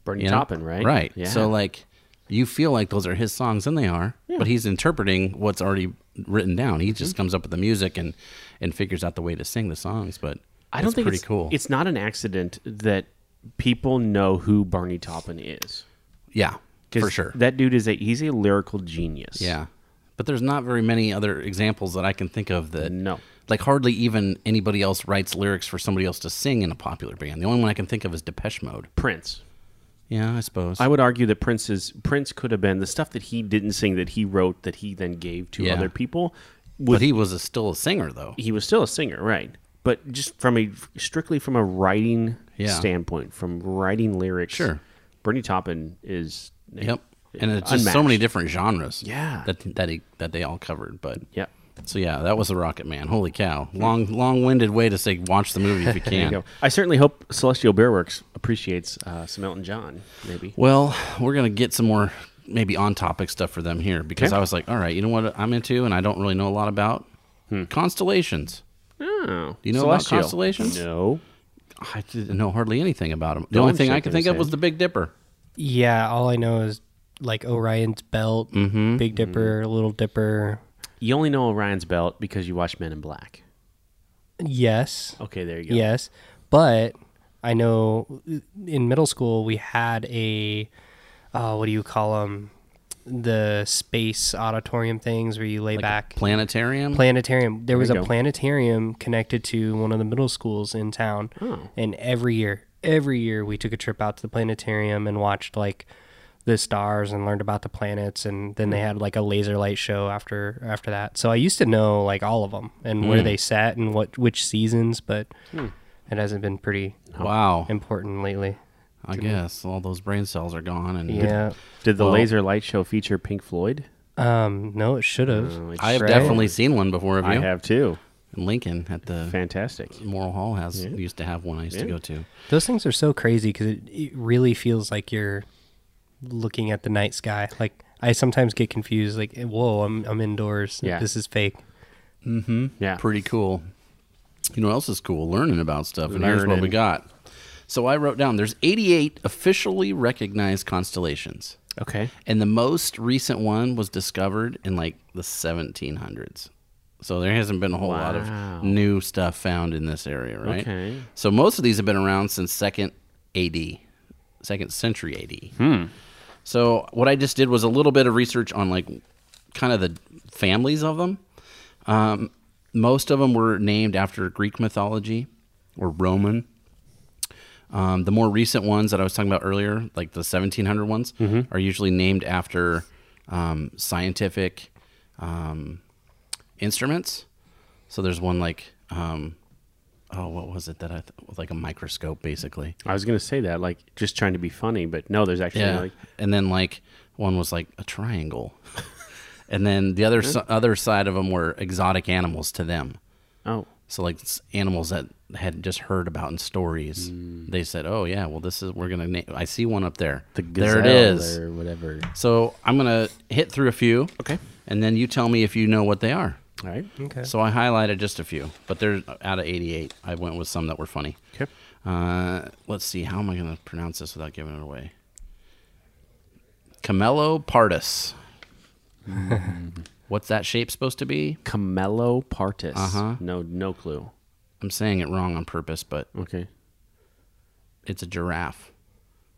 Speaker 1: Bernie
Speaker 2: You know?
Speaker 1: Taupin, right?
Speaker 2: Right.
Speaker 1: Yeah.
Speaker 2: So like, you feel like those are his songs, and they are, but he's interpreting what's already written down. He
Speaker 1: Mm-hmm.
Speaker 2: just comes up with the music and and figures out the way to sing the songs. But
Speaker 1: I don't
Speaker 2: it's
Speaker 1: think
Speaker 2: pretty
Speaker 1: it's
Speaker 2: cool.
Speaker 1: It's not an accident that people know who Barney Toppin is.
Speaker 2: yeah,
Speaker 1: 'Cause
Speaker 2: for sure.
Speaker 1: That dude is a he's a lyrical genius.
Speaker 2: Yeah. But there's not very many other examples that I can think of that
Speaker 1: No.
Speaker 2: like hardly even anybody else writes lyrics for somebody else to sing in a popular band. The only one I can think of is Depeche Mode.
Speaker 1: Prince.
Speaker 2: Yeah, I suppose.
Speaker 1: I would argue that Prince's Prince could have been the stuff that he didn't sing that he wrote that he then gave to
Speaker 2: Yeah.
Speaker 1: other people.
Speaker 2: but
Speaker 1: Was,
Speaker 2: he was a, still a singer though.
Speaker 1: he was still a singer, right? But just from a strictly from a writing
Speaker 2: Yeah.
Speaker 1: standpoint, from writing lyrics,
Speaker 2: Sure.
Speaker 1: Bernie Taupin is
Speaker 2: Yep. And it's just so many
Speaker 1: Unmatched.
Speaker 2: different genres.
Speaker 1: Yeah.
Speaker 2: That that he, that they all covered, but
Speaker 1: Yeah.
Speaker 2: So yeah, that was the Rocket Man. Holy cow. Long long-winded way to say watch the movie if you
Speaker 1: There
Speaker 2: can.
Speaker 1: you go. I certainly hope Celestial Bearworks appreciates uh, some Elton John, maybe.
Speaker 2: Well, we're gonna get some more maybe on topic stuff for them here because
Speaker 1: Okay.
Speaker 2: I was like, all right, you know what I'm into and I don't really know a lot about
Speaker 1: Hmm.
Speaker 2: constellations.
Speaker 1: Oh,
Speaker 2: you know about constellations?
Speaker 1: No.
Speaker 2: I didn't know hardly anything about them. The
Speaker 1: No,
Speaker 2: only
Speaker 1: I'm
Speaker 2: thing
Speaker 1: sure
Speaker 2: I could
Speaker 1: they're
Speaker 2: think
Speaker 1: the
Speaker 2: of was
Speaker 1: same.
Speaker 2: the Big Dipper.
Speaker 3: Yeah, all I know is like Orion's belt, Big Dipper, Little Dipper.
Speaker 1: You only know Orion's Belt because you watch Men in Black.
Speaker 3: Yes.
Speaker 1: Okay, there you go.
Speaker 3: Yes. But I know in middle school we had a uh, what do you call them? The space auditorium things where you lay back.
Speaker 2: Planetarium.
Speaker 3: planetarium. There was
Speaker 1: you
Speaker 3: a
Speaker 1: go.
Speaker 3: planetarium connected to one of the middle schools in town. And every year, every year we took a trip out to the planetarium and watched like the stars and learned about the planets and then they had like a laser light show after after that. So I used to know like all of them and where they sat and what which seasons, but it hasn't been pretty
Speaker 2: wow.
Speaker 1: Oh.
Speaker 3: important lately.
Speaker 2: I guess all those brain cells are gone and
Speaker 3: Yeah.
Speaker 1: Did the
Speaker 2: Well-
Speaker 1: laser light show feature Pink Floyd?
Speaker 3: Um, no, it should have.
Speaker 1: Oh, it's
Speaker 2: I have
Speaker 3: Right?
Speaker 2: definitely seen one before of you.
Speaker 1: I have too.
Speaker 2: Lincoln at the
Speaker 1: Fantastic.
Speaker 2: Morrill Hall has used to have one I used to
Speaker 1: Yeah.
Speaker 2: go to.
Speaker 3: Those things are so crazy because it, it really feels like you're looking at the night sky. Like I sometimes get confused. Like, eh, whoa, I'm I'm indoors.
Speaker 1: Yeah.
Speaker 3: this is fake.
Speaker 1: Yeah.
Speaker 2: Pretty cool. You know what else is cool? Learning about stuff. And here's what we
Speaker 1: Learning.
Speaker 2: got. So I wrote down there's 88 officially recognized constellations.
Speaker 1: Okay.
Speaker 2: And the most recent one was discovered in like the 1700s. So there hasn't been a whole lot
Speaker 1: Wow.
Speaker 2: of new stuff found in this area, right?
Speaker 1: Okay.
Speaker 2: So most of these have been around since second AD, second century AD. So what I just did was a little bit of research on like kind of the families of them. Um, most of them were named after Greek mythology or Roman. Um, the more recent ones that I was talking about earlier, like the 1700 ones, are usually named after um, scientific um, instruments. So there's one like, um, oh, what was it that I th- like a microscope basically?
Speaker 1: I was gonna say that, like, just trying to be funny, but no, there's actually like,
Speaker 2: and then like one was like a triangle, and then the other s other side of them were exotic animals to them.
Speaker 1: oh,
Speaker 2: So like s- animals that had just heard about in stories, they said, "Oh yeah, well this is we're gonna. Na- I see one up there.
Speaker 1: Hmm. the
Speaker 2: there
Speaker 1: gazelle
Speaker 2: it is.
Speaker 1: or whatever.
Speaker 2: So I'm gonna hit through a few,
Speaker 1: Okay.
Speaker 2: and then you tell me if you know what they are.
Speaker 1: All right.
Speaker 3: Okay.
Speaker 2: So I highlighted just a few, but they're out of 88. I went with some that were funny.
Speaker 1: Okay.
Speaker 2: Uh, let's see. How am I gonna pronounce this without giving it away? Camello partus. What's that shape supposed to be?
Speaker 1: Camello partus.
Speaker 2: Uh-huh.
Speaker 1: No, no clue.
Speaker 2: I'm saying it wrong on purpose, but
Speaker 1: Okay.
Speaker 2: it's a giraffe.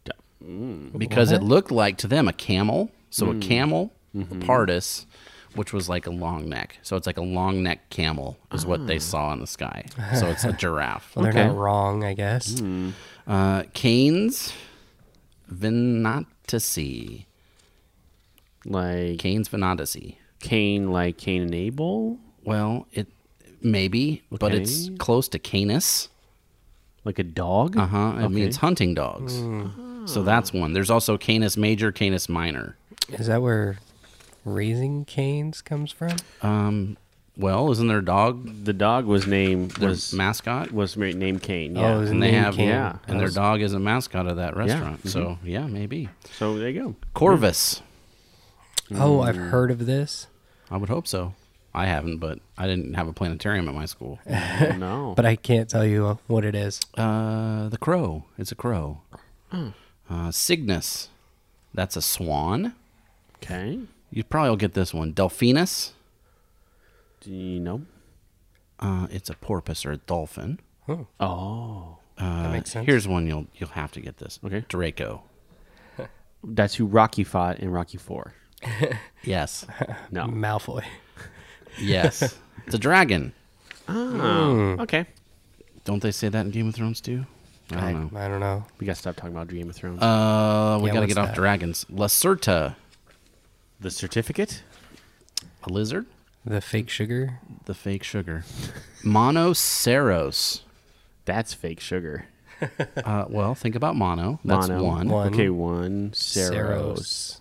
Speaker 1: D-
Speaker 2: because it looked like to them a camel. So a camel, a partus, which was like a long neck. So it's like a long neck camel is what they saw in the sky. So it's a giraffe.
Speaker 3: Well,
Speaker 1: okay.
Speaker 3: They're not wrong, I guess.
Speaker 2: Uh, canes venatici.
Speaker 1: Like Cain,
Speaker 2: Canes venatici.
Speaker 1: like Cain and Abel,
Speaker 2: Well, it maybe, but it's
Speaker 1: Okay.
Speaker 2: close to canis.
Speaker 1: like a dog.
Speaker 2: Uh huh. It means hunting dogs.
Speaker 1: Hmm.
Speaker 2: So that's one. There's also canis major, canis minor.
Speaker 3: Is that where raising canes comes from?
Speaker 2: Um, well, isn't there a dog?
Speaker 1: The dog was named
Speaker 2: Their
Speaker 1: was
Speaker 2: mascot?
Speaker 1: was ma- named Cain.
Speaker 3: Oh,
Speaker 1: Yeah.
Speaker 3: it was
Speaker 2: and they
Speaker 3: named
Speaker 2: have
Speaker 3: Cain.
Speaker 2: yeah, and their
Speaker 1: That mm-hmm.
Speaker 2: dog is a mascot of that restaurant. So yeah, maybe
Speaker 1: so there you go.
Speaker 2: Corvus.
Speaker 3: Oh, I've
Speaker 2: Hmm.
Speaker 3: heard of this,
Speaker 2: I would hope so. I haven't, but I didn't have a planetarium at my school.
Speaker 1: no.
Speaker 3: but I can't tell you what it is.
Speaker 2: Uh, the crow. It's a crow.
Speaker 1: Hmm.
Speaker 2: Uh, Cygnus. That's a swan.
Speaker 1: okay.
Speaker 2: You probably will get this one. Delphinus.
Speaker 1: Do you know?
Speaker 2: Uh, it's a porpoise or a dolphin.
Speaker 3: Oh,
Speaker 1: Oh,
Speaker 2: Uh,
Speaker 3: makes sense.
Speaker 2: Here's one you'll you'll have to get this.
Speaker 1: Okay.
Speaker 2: Draco.
Speaker 1: that's who Rocky fought in Rocky Four.
Speaker 2: Yes. Oh.
Speaker 1: No.
Speaker 3: Malfoy.
Speaker 2: yes. It's a dragon. Mm.
Speaker 1: Oh, okay.
Speaker 2: Don't they say that in Game of Thrones too? I don't
Speaker 3: I,
Speaker 2: know.
Speaker 3: I don't know.
Speaker 1: We gotta stop talking about Game of Thrones.
Speaker 2: Uh, we
Speaker 3: Yeah,
Speaker 2: gotta
Speaker 3: what's
Speaker 2: get off
Speaker 3: that?
Speaker 2: dragons. Lacerta,
Speaker 1: the certificate.
Speaker 2: a lizard,
Speaker 3: The fake sugar.
Speaker 2: the fake sugar. Monoceros.
Speaker 1: That's fake sugar.
Speaker 2: Uh, well, think about mono. That's
Speaker 1: Mono.
Speaker 2: one.
Speaker 3: One.
Speaker 1: Okay, one. Ceros.
Speaker 3: Ceros.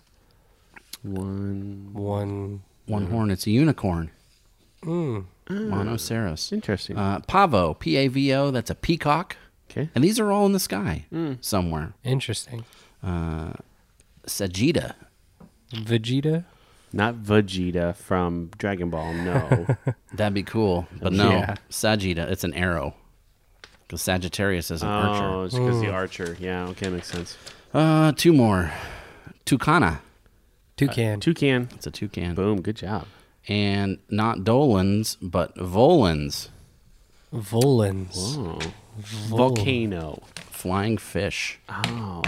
Speaker 1: One.
Speaker 3: One.
Speaker 2: One horn. It's a unicorn.
Speaker 3: Mm.
Speaker 2: Monoceros.
Speaker 1: Interesting.
Speaker 2: Uh, pavo. P A V O. That's a peacock.
Speaker 1: okay.
Speaker 2: And these are all in the sky
Speaker 3: Mm.
Speaker 2: somewhere.
Speaker 3: Interesting.
Speaker 2: Sajita. Uh,
Speaker 3: Vegeta.
Speaker 1: Not Vegeta from Dragon Ball. No.
Speaker 2: That'd be cool, but no.
Speaker 3: Yeah.
Speaker 2: Sajita. It's an arrow. Because Sagittarius is an
Speaker 1: oh,
Speaker 2: archer.
Speaker 1: it's because the archer. Yeah. Okay, makes sense.
Speaker 2: Uh, two more. Tucana.
Speaker 3: Toucan.
Speaker 1: Toucan.
Speaker 2: It's a toucan.
Speaker 1: Boom. Good job.
Speaker 2: and not Dolans, but Volans,
Speaker 3: Volans.
Speaker 1: Oh. Volcano.
Speaker 2: flying fish.
Speaker 1: Oh.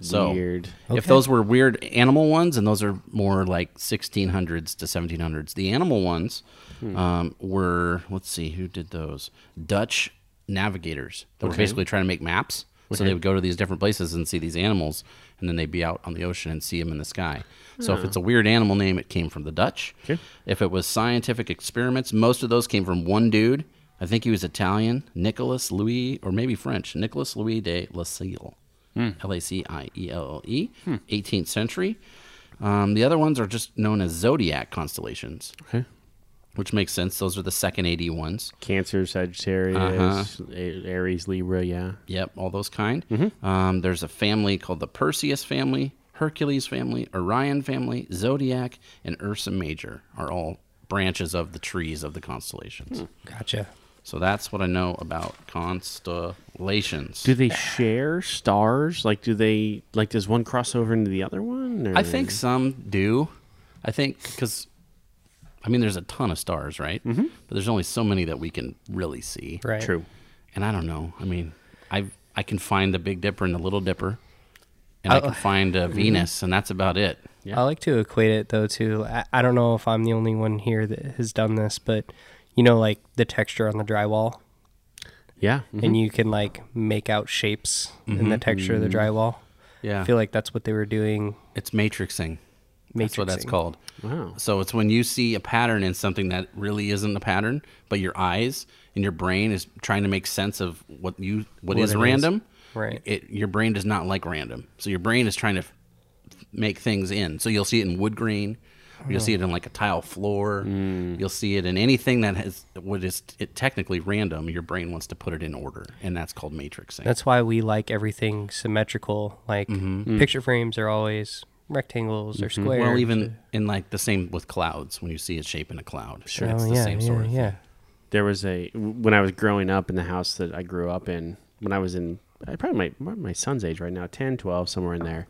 Speaker 2: So,
Speaker 1: Weird.
Speaker 2: If those were weird animal ones, and those are more like 1600s to 1700s, the animal ones um, were, let's see, who did those? Dutch navigators that were basically trying to make maps. So they would go to these different places and see these animals, and then they'd be out on the ocean and see them in the sky. So if it's a weird animal name, it came from the Dutch.
Speaker 1: Okay.
Speaker 2: If it was scientific experiments, most of those came from one dude. I think he was Italian, Nicholas Louis, or maybe French, Nicholas Louis de Lacaille, L A C I E L L E, 18th century. Um, the other ones are just known as zodiac constellations,
Speaker 1: Okay.
Speaker 2: which makes sense. Those are the second AD ones.
Speaker 1: Cancer, Sagittarius,
Speaker 2: Uh-huh.
Speaker 1: A- Aries, Libra. Yeah.
Speaker 2: Yep, all those kind. Um, there's a family called the Perseus family, Hercules family, Orion family, Zodiac, and Ursa Major are all branches of the trees of the constellations.
Speaker 3: Gotcha.
Speaker 2: So that's what I know about constellations.
Speaker 1: Do they share stars? Like, do they like? Does one cross over into the other one?
Speaker 2: I
Speaker 1: or-
Speaker 2: think some do. I think because, I mean, there's a ton of stars, right? Mm-hmm. But there's only so many that we can really see.
Speaker 3: Right.
Speaker 1: true.
Speaker 2: And I don't know. I mean, I I can find the Big Dipper and the Little Dipper, and I
Speaker 3: Oh.
Speaker 2: can find uh, Venus, and that's about it.
Speaker 1: Yeah.
Speaker 3: I like to equate it though to I, I don't know if I'm the only one here that has done this, but you know, like the texture on the drywall,
Speaker 1: Yeah. mhm.
Speaker 2: Mm-hmm.
Speaker 3: and you can like make out shapes in the texture of the drywall.
Speaker 2: Mm-hmm. Yeah,
Speaker 3: I feel like that's what they were doing.
Speaker 2: it's matrixing. That's what that's
Speaker 3: Matrixing.
Speaker 2: called.
Speaker 1: Wow.
Speaker 2: So it's when you see a pattern in something that really isn't a pattern, but your eyes and your brain is trying to make sense of what you what is
Speaker 3: it is.
Speaker 2: random.
Speaker 3: Right.
Speaker 2: It your brain does not like random. So your brain is trying to f- make things in. So you'll see it in wood grain. or You'll see it in like a tile floor.
Speaker 3: Mm.
Speaker 2: You'll see it in anything that has what is it technically random. Your brain wants to put it in order, and that's called matrixing.
Speaker 3: That's why we like everything symmetrical. Like picture frames are always rectangles or squares.
Speaker 2: Mm-hmm. Mm. well, even in like the same with clouds. When you see a shape in a cloud, sure,
Speaker 3: Oh,
Speaker 2: it's the
Speaker 3: yeah,
Speaker 2: same
Speaker 3: yeah,
Speaker 2: sort of
Speaker 3: yeah.
Speaker 1: There was a when I was growing up in the house that I grew up in. When I was in, I probably my my son's age right now, 10, 12, somewhere in there.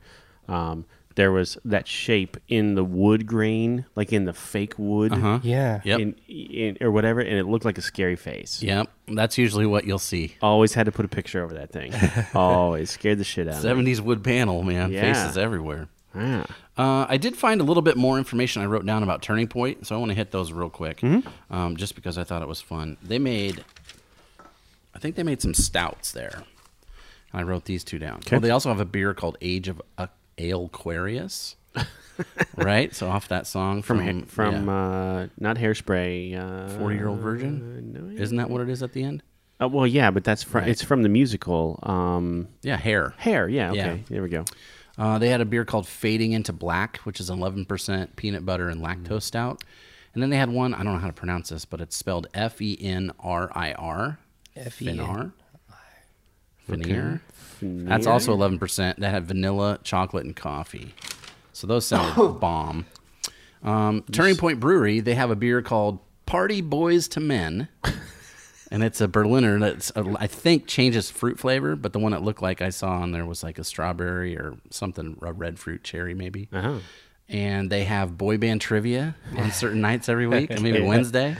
Speaker 1: Um, there was that shape in the wood grain, like in the fake wood,
Speaker 2: Huh?
Speaker 3: Yeah.
Speaker 2: Uh-huh. Yep.
Speaker 1: in, in, or whatever, and it looked like a scary face.
Speaker 2: Yep, that's usually what you'll see.
Speaker 1: Always had to put a picture over that thing. Always scared the shit out of me.
Speaker 2: 70s wood panel, man.
Speaker 1: Yeah.
Speaker 2: Faces everywhere.
Speaker 1: Ah.
Speaker 2: Uh, I did find a little bit more information I wrote down about Turning Point, so I want to hit those real quick,
Speaker 1: Mm-hmm.
Speaker 2: um, just because I thought it was fun. They made, I think they made some stouts there, and I wrote these two down. Well, they also have a beer called Age of uh, Ale Aquarius, right? So off that song from
Speaker 1: From, um, from uh, not hairspray. Uh,
Speaker 2: Forty Year Old Virgin,
Speaker 1: no,
Speaker 2: isn't that what it is at the end?
Speaker 1: Uh, well, yeah, but that's from it's from the musical um,
Speaker 2: Yeah, hair.
Speaker 1: Hair. Yeah, okay,
Speaker 2: Yeah.
Speaker 1: there we go.
Speaker 2: Uh, they had a beer called Fading into Black, which is 11% peanut butter and lactose stout. And then they had one, I don't know how to pronounce this, but it's spelled F E N R I R. E Finar. Veneer. That's also 11%. That had vanilla, chocolate, and coffee. So those sounded bomb. Um, Turning Point Brewery, they have a beer called Party Boys to Men. And it's a Berliner that's, uh, I think, changes fruit flavor, but the one that looked like I saw on there was like a strawberry or something, a red fruit cherry maybe.
Speaker 1: Uh-huh.
Speaker 2: And they have boy band trivia on certain nights every week, and maybe Wednesday,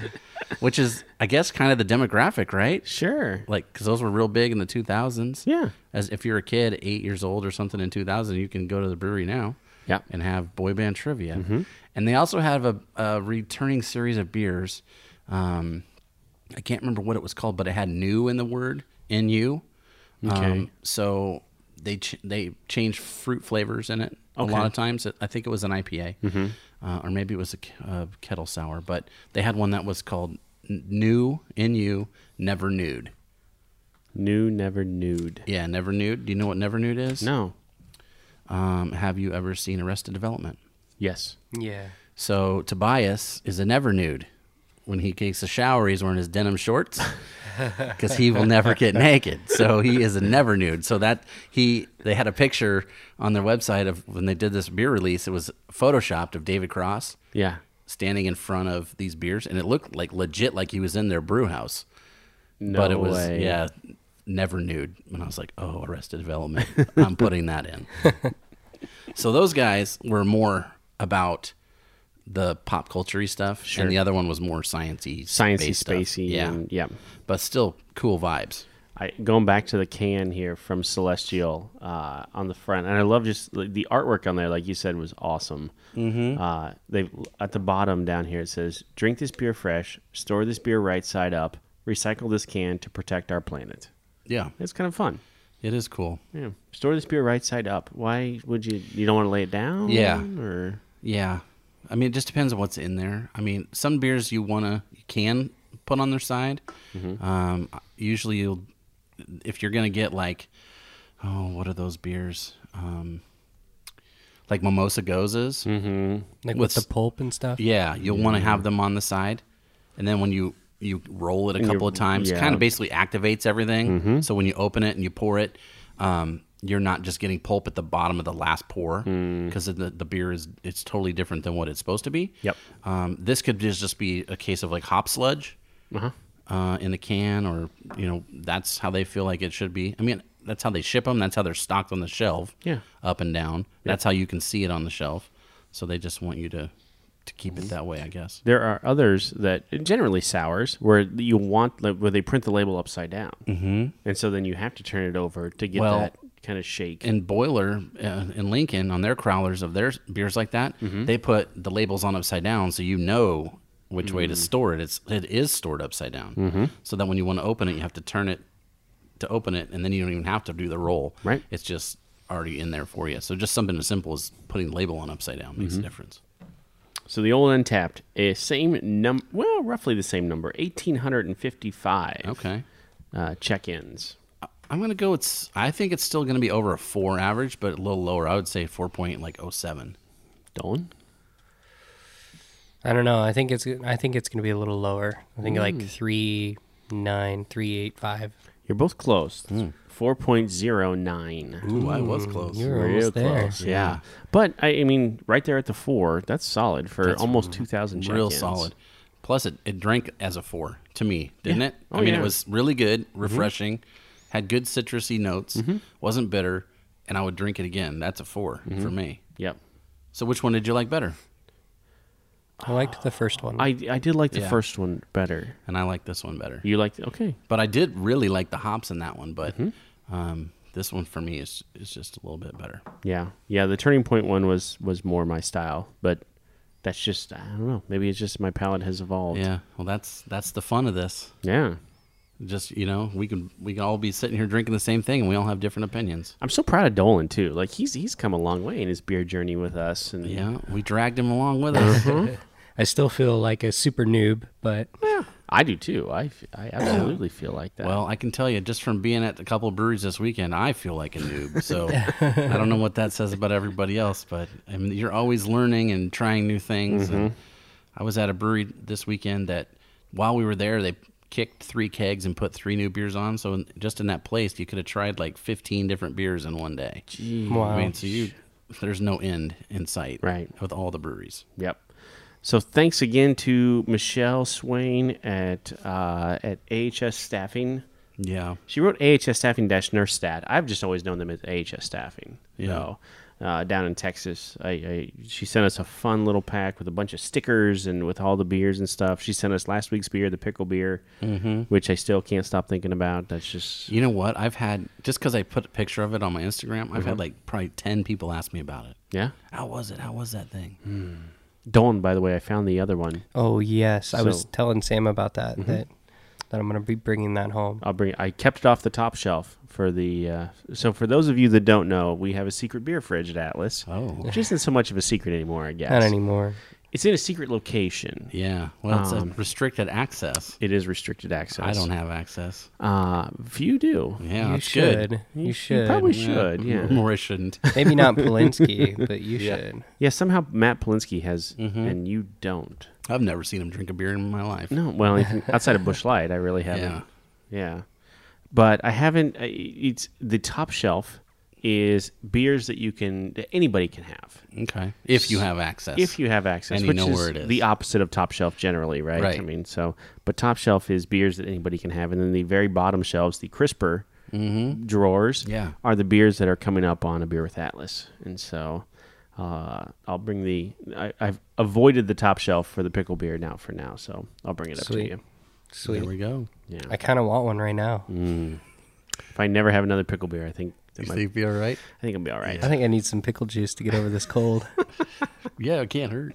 Speaker 2: which is, I guess, kind of the demographic, right?
Speaker 1: Sure.
Speaker 2: Like, because those were real big in the 2000s.
Speaker 1: Yeah.
Speaker 2: As if you're a kid, eight years old or something in 2000, you can go to the brewery now
Speaker 1: Yeah. Mm-hmm.
Speaker 2: and have boy band trivia. And they also have a, a returning series of beers. Um, I can't remember what it was called, but it had new in the word, N-U.
Speaker 1: Okay.
Speaker 2: Um, so they ch- they changed fruit flavors in it a lot of times. I think it was an IPA,
Speaker 1: Mm-hmm.
Speaker 2: uh, or maybe it was a k- uh, kettle sour. But they had one that was called N- New N-U Never Nude.
Speaker 1: New, never nude.
Speaker 2: Yeah, Never Nude. Do you know what Never Nude is?
Speaker 1: No.
Speaker 2: Um, have you ever seen Arrested Development?
Speaker 1: Yes.
Speaker 3: Yeah.
Speaker 2: So Tobias is a never nude. When he takes a shower, he's wearing his denim shorts because he will never get naked. So he is a never nude. So that he they had a picture on their website of when they did this beer release. It was photoshopped of David Cross
Speaker 1: Yeah.
Speaker 2: standing in front of these beers, and it looked like legit like he was in their brew house.
Speaker 1: No
Speaker 2: but it was
Speaker 1: way.
Speaker 2: yeah, never nude. And I was like, oh, Arrested Development. I'm putting that in. so those guys were more about the pop culture stuff, and the other one was more sciencey,
Speaker 1: Sciencey,
Speaker 2: based stuff.
Speaker 1: spacey.
Speaker 2: Yeah,
Speaker 1: And, yeah.
Speaker 2: but still cool vibes.
Speaker 1: I, going back to the can here from Celestial uh, on the front, and I love just like, the artwork on there, like you said, was awesome. Mm-hmm. Uh, they at the bottom down here it says, "Drink this beer fresh, store this beer right side up, recycle this can to protect our planet."
Speaker 2: Yeah,
Speaker 1: It's kind of fun.
Speaker 2: it is cool.
Speaker 1: Yeah, store this beer right side up. Why would you? You don't want to lay it down?
Speaker 2: Yeah.
Speaker 1: Or
Speaker 2: Yeah, I mean, it just depends on what's in there. I mean, some beers you wanna you can put on their side. Um, usually, you'll if you're gonna get like, oh, what are those beers? Um, like mimosa gozas.
Speaker 3: like
Speaker 2: With-
Speaker 3: with, the pulp and stuff.
Speaker 2: Yeah, you'll want
Speaker 1: Mm-hmm.
Speaker 2: to have them on the side, and then when you you roll it a couple of times,
Speaker 1: yeah. Mm-hmm.
Speaker 2: kind of basically activates everything. So when you open it and you pour it, um, you're not just getting pulp at the bottom of the last pour
Speaker 1: Mm.
Speaker 2: because the the beer is it's totally different than what it's supposed to be.
Speaker 1: Yep.
Speaker 2: Um, this could just just be a case of like hop sludge
Speaker 1: Uh-huh.
Speaker 2: uh, in the can, or you know that's how they feel like it should be. I mean, that's how they ship them. That's how they're stocked on the shelf.
Speaker 1: Yeah.
Speaker 2: Up and down. That's how you can see it on the shelf. So they just want you to to keep it that way, I guess.
Speaker 1: There are others that generally sours where you want like, where they print the label upside down, mm-hmm. and so then you have to turn it over to get
Speaker 2: Well,
Speaker 1: that kind of shake.
Speaker 2: In Boiler uh, in Lincoln on their crowlers of their beers like that, they put the labels on upside down so you know which way to store it. It's it is stored upside down. So that when you want to open it, you have to turn it to open it, and then you don't even have to do the roll.
Speaker 1: Right.
Speaker 2: It's just already in there for you. So just something as simple as putting the label on upside down makes a difference.
Speaker 1: so the old untapped, eh, same num, well, roughly the same number, eighteen hundred and fifty-five.
Speaker 2: Okay.
Speaker 1: uh, check-ins.
Speaker 2: I'm gonna go. It's. I think it's still gonna be over a four average, but a little lower. I would say four point like oh seven.
Speaker 1: Dolan,
Speaker 3: I don't know. I think it's I think it's gonna be a little lower. I think like three nine, three eight five.
Speaker 1: you're both close. Four point zero nine.
Speaker 2: Ooh, I was close.
Speaker 3: You're almost there.
Speaker 1: Yeah. But I, I mean, right there at the four, that's solid for almost two thousand.
Speaker 2: Real solid. Plus, it, it drank as a four to me, didn't it?
Speaker 1: Oh,
Speaker 2: I mean,
Speaker 1: yeah. Mm-hmm.
Speaker 2: it was really good, refreshing, had good citrusy notes, wasn't bitter, and I would drink it again. That's a 4
Speaker 1: Mm-hmm.
Speaker 2: for me.
Speaker 1: Yep.
Speaker 2: So, which one did you like better?
Speaker 3: I liked the first one.
Speaker 1: I I did like the
Speaker 2: Yeah.
Speaker 1: first one better.
Speaker 2: And I like this one better.
Speaker 1: You liked okay.
Speaker 2: But I did really like the hops in that one. But
Speaker 1: Mm-hmm.
Speaker 2: um, this one for me is is just a little bit better.
Speaker 1: Yeah, yeah. The turning point one was was more my style, but that's just I don't know. Maybe it's just my palate has evolved.
Speaker 2: Yeah. Well, that's that's the fun of this.
Speaker 1: Yeah.
Speaker 2: just you know we can we can all be sitting here drinking the same thing and we all have different opinions
Speaker 1: I'm so proud of Dolan too. Like he's he's come a long way in his beer journey with us, and
Speaker 2: yeah we dragged him along with us
Speaker 1: Mm-hmm.
Speaker 3: I still feel like a super noob, but
Speaker 1: I do too. I f- I absolutely feel like that.
Speaker 2: well i can tell you just from being at a couple of breweries this weekend i feel like a noob so i don't know what that says about everybody else but i mean you're always learning and trying new things and i was at a brewery this weekend that while we were there they kicked three kegs and put three new beers on so in, just in that place you could have tried like 15 different beers in one day
Speaker 3: wow.
Speaker 2: i mean so you there's no end in sight
Speaker 1: Right.
Speaker 2: with all the breweries
Speaker 1: Yep. So thanks again to Michelle Swain at uh, at AHS Staffing.
Speaker 2: Yeah.
Speaker 1: She wrote AHS Staffing dash Nurse Stat. I've just always known them as AHS Staffing. You
Speaker 2: Yeah.
Speaker 1: know, uh, down in Texas, I, I she sent us a fun little pack with a bunch of stickers and with all the beers and stuff. She sent us last week's beer, the pickle beer,
Speaker 2: Mm-hmm.
Speaker 1: which I still can't stop thinking about. That's just
Speaker 2: You know what? I've had just because I put a picture of it on my Instagram, I've had like probably ten people ask me about it.
Speaker 1: yeah.
Speaker 2: How was it? How was that thing?
Speaker 1: Hmm. Dawn, by the way, I found the other one.
Speaker 3: Oh yes, I was
Speaker 1: So-
Speaker 3: telling Sam about that that that I'm gonna be bringing that home.
Speaker 1: I'll bring. I kept it off the top shelf for the. Uh, so for those of you that don't know, we have a secret beer fridge at Atlas.
Speaker 2: Oh.
Speaker 1: which isn't so much of a secret anymore, I guess.
Speaker 3: Not anymore.
Speaker 1: It's in a secret location.
Speaker 2: Yeah. Well, it's
Speaker 1: Um,
Speaker 2: a restricted access.
Speaker 1: It is restricted access.
Speaker 2: I don't have access.
Speaker 1: Uh, few do.
Speaker 2: Yeah, Mm-hmm.
Speaker 3: you
Speaker 2: that's
Speaker 3: should.
Speaker 2: good.
Speaker 3: You should.
Speaker 1: probably should. Yeah.
Speaker 2: Or I shouldn't.
Speaker 3: Maybe not Polinsky, but you should.
Speaker 1: Yeah. Somehow Matt Polinsky has,
Speaker 2: Mm-hmm.
Speaker 1: and you don't.
Speaker 2: I've never seen him drink a beer in my life.
Speaker 1: No. Well, if- outside of Bush Light, I really haven't.
Speaker 2: Yeah.
Speaker 1: Yeah. But I haven't. I- It's the top shelf is beers that you can that anybody can have
Speaker 2: Okay. If you have access.
Speaker 1: if you have access
Speaker 2: And you
Speaker 1: which
Speaker 2: know
Speaker 1: is
Speaker 2: where it is.
Speaker 1: the opposite of top shelf generally right?
Speaker 2: Right.
Speaker 1: i mean so but top shelf is beers that anybody can have and then the very bottom shelves the crisper drawers
Speaker 2: Mm-hmm. Yeah.
Speaker 1: are the beers that are coming up on a beer with atlas and so uh, i'll bring the I, i've avoided the top shelf for the pickle beer now for now so i'll bring it up
Speaker 3: Sweet.
Speaker 1: to you
Speaker 2: There
Speaker 3: Sweet.
Speaker 2: we go.
Speaker 1: yeah
Speaker 3: I kind of want one right now.
Speaker 1: if i never have another pickle beer i think that might,
Speaker 2: be all right?
Speaker 1: i think it'll be all right
Speaker 3: I think I need some pickle juice to get over this cold.
Speaker 2: Yeah, it can't hurt.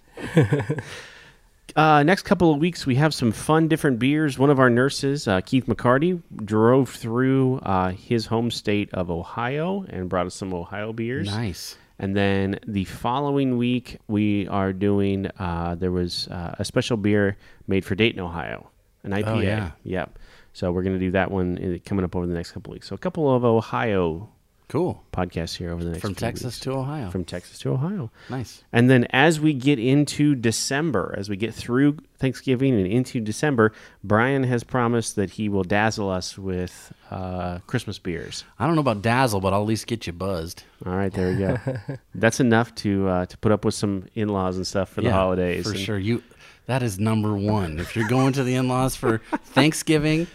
Speaker 1: Uh, next couple of weeks, we have some fun different beers. One of our nurses, uh, Keith McCarty, drove through uh, his home state of Ohio and brought us some Ohio beers.
Speaker 2: Nice.
Speaker 1: And then the following week, we are doing, uh, there was uh, a special beer made for Dayton, Ohio, an IPA.
Speaker 2: Oh, yeah.
Speaker 1: Yep. So we're going to do that one uh, coming up over the next couple of weeks. So a couple of Ohio
Speaker 2: Cool.
Speaker 1: podcasts here over the next
Speaker 2: From
Speaker 1: few
Speaker 2: Texas
Speaker 1: weeks.
Speaker 2: to Ohio.
Speaker 1: from Texas to Ohio.
Speaker 2: nice.
Speaker 1: And then as we get into December, as we get through Thanksgiving and into December, Brian has promised that he will dazzle us with uh, Christmas beers.
Speaker 2: I don't know about dazzle, but I'll at least get you buzzed.
Speaker 1: All right, there we go. That's enough to uh, to put up with some in laws and stuff for the
Speaker 2: Yeah,
Speaker 1: holidays.
Speaker 2: for
Speaker 1: And
Speaker 2: sure. You that is number one. If you're going to the in-laws for Thanksgiving,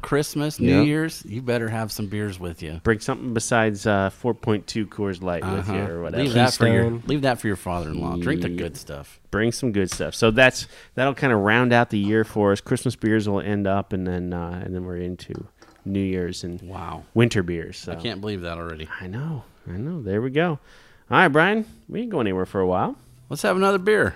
Speaker 2: Christmas, New
Speaker 1: Yeah.
Speaker 2: Year's, you better have some beers with you.
Speaker 1: Bring something besides uh, 4.2 Coors Light with you
Speaker 2: Uh-huh.
Speaker 1: or whatever.
Speaker 2: Leave that for your
Speaker 3: Keystone.
Speaker 2: leave that for your father-in-law. Drink the good stuff.
Speaker 1: Bring some good stuff. So that's that'll kind of round out the year for us. Christmas beers will end up, and then uh, and then we're into New Year's and
Speaker 2: Wow,
Speaker 1: winter beers. So.
Speaker 2: I can't believe that already.
Speaker 1: I know. I know. There we go. All right, Brian. We ain't going anywhere for a while.
Speaker 2: Let's have another beer.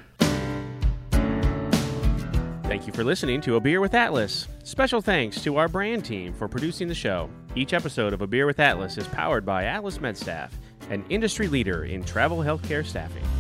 Speaker 1: Thank you for listening to A Beer with Atlas. Special thanks to our brand team for producing the show. Each episode of A Beer with Atlas is powered by Atlas MedStaff, an industry leader in travel healthcare staffing.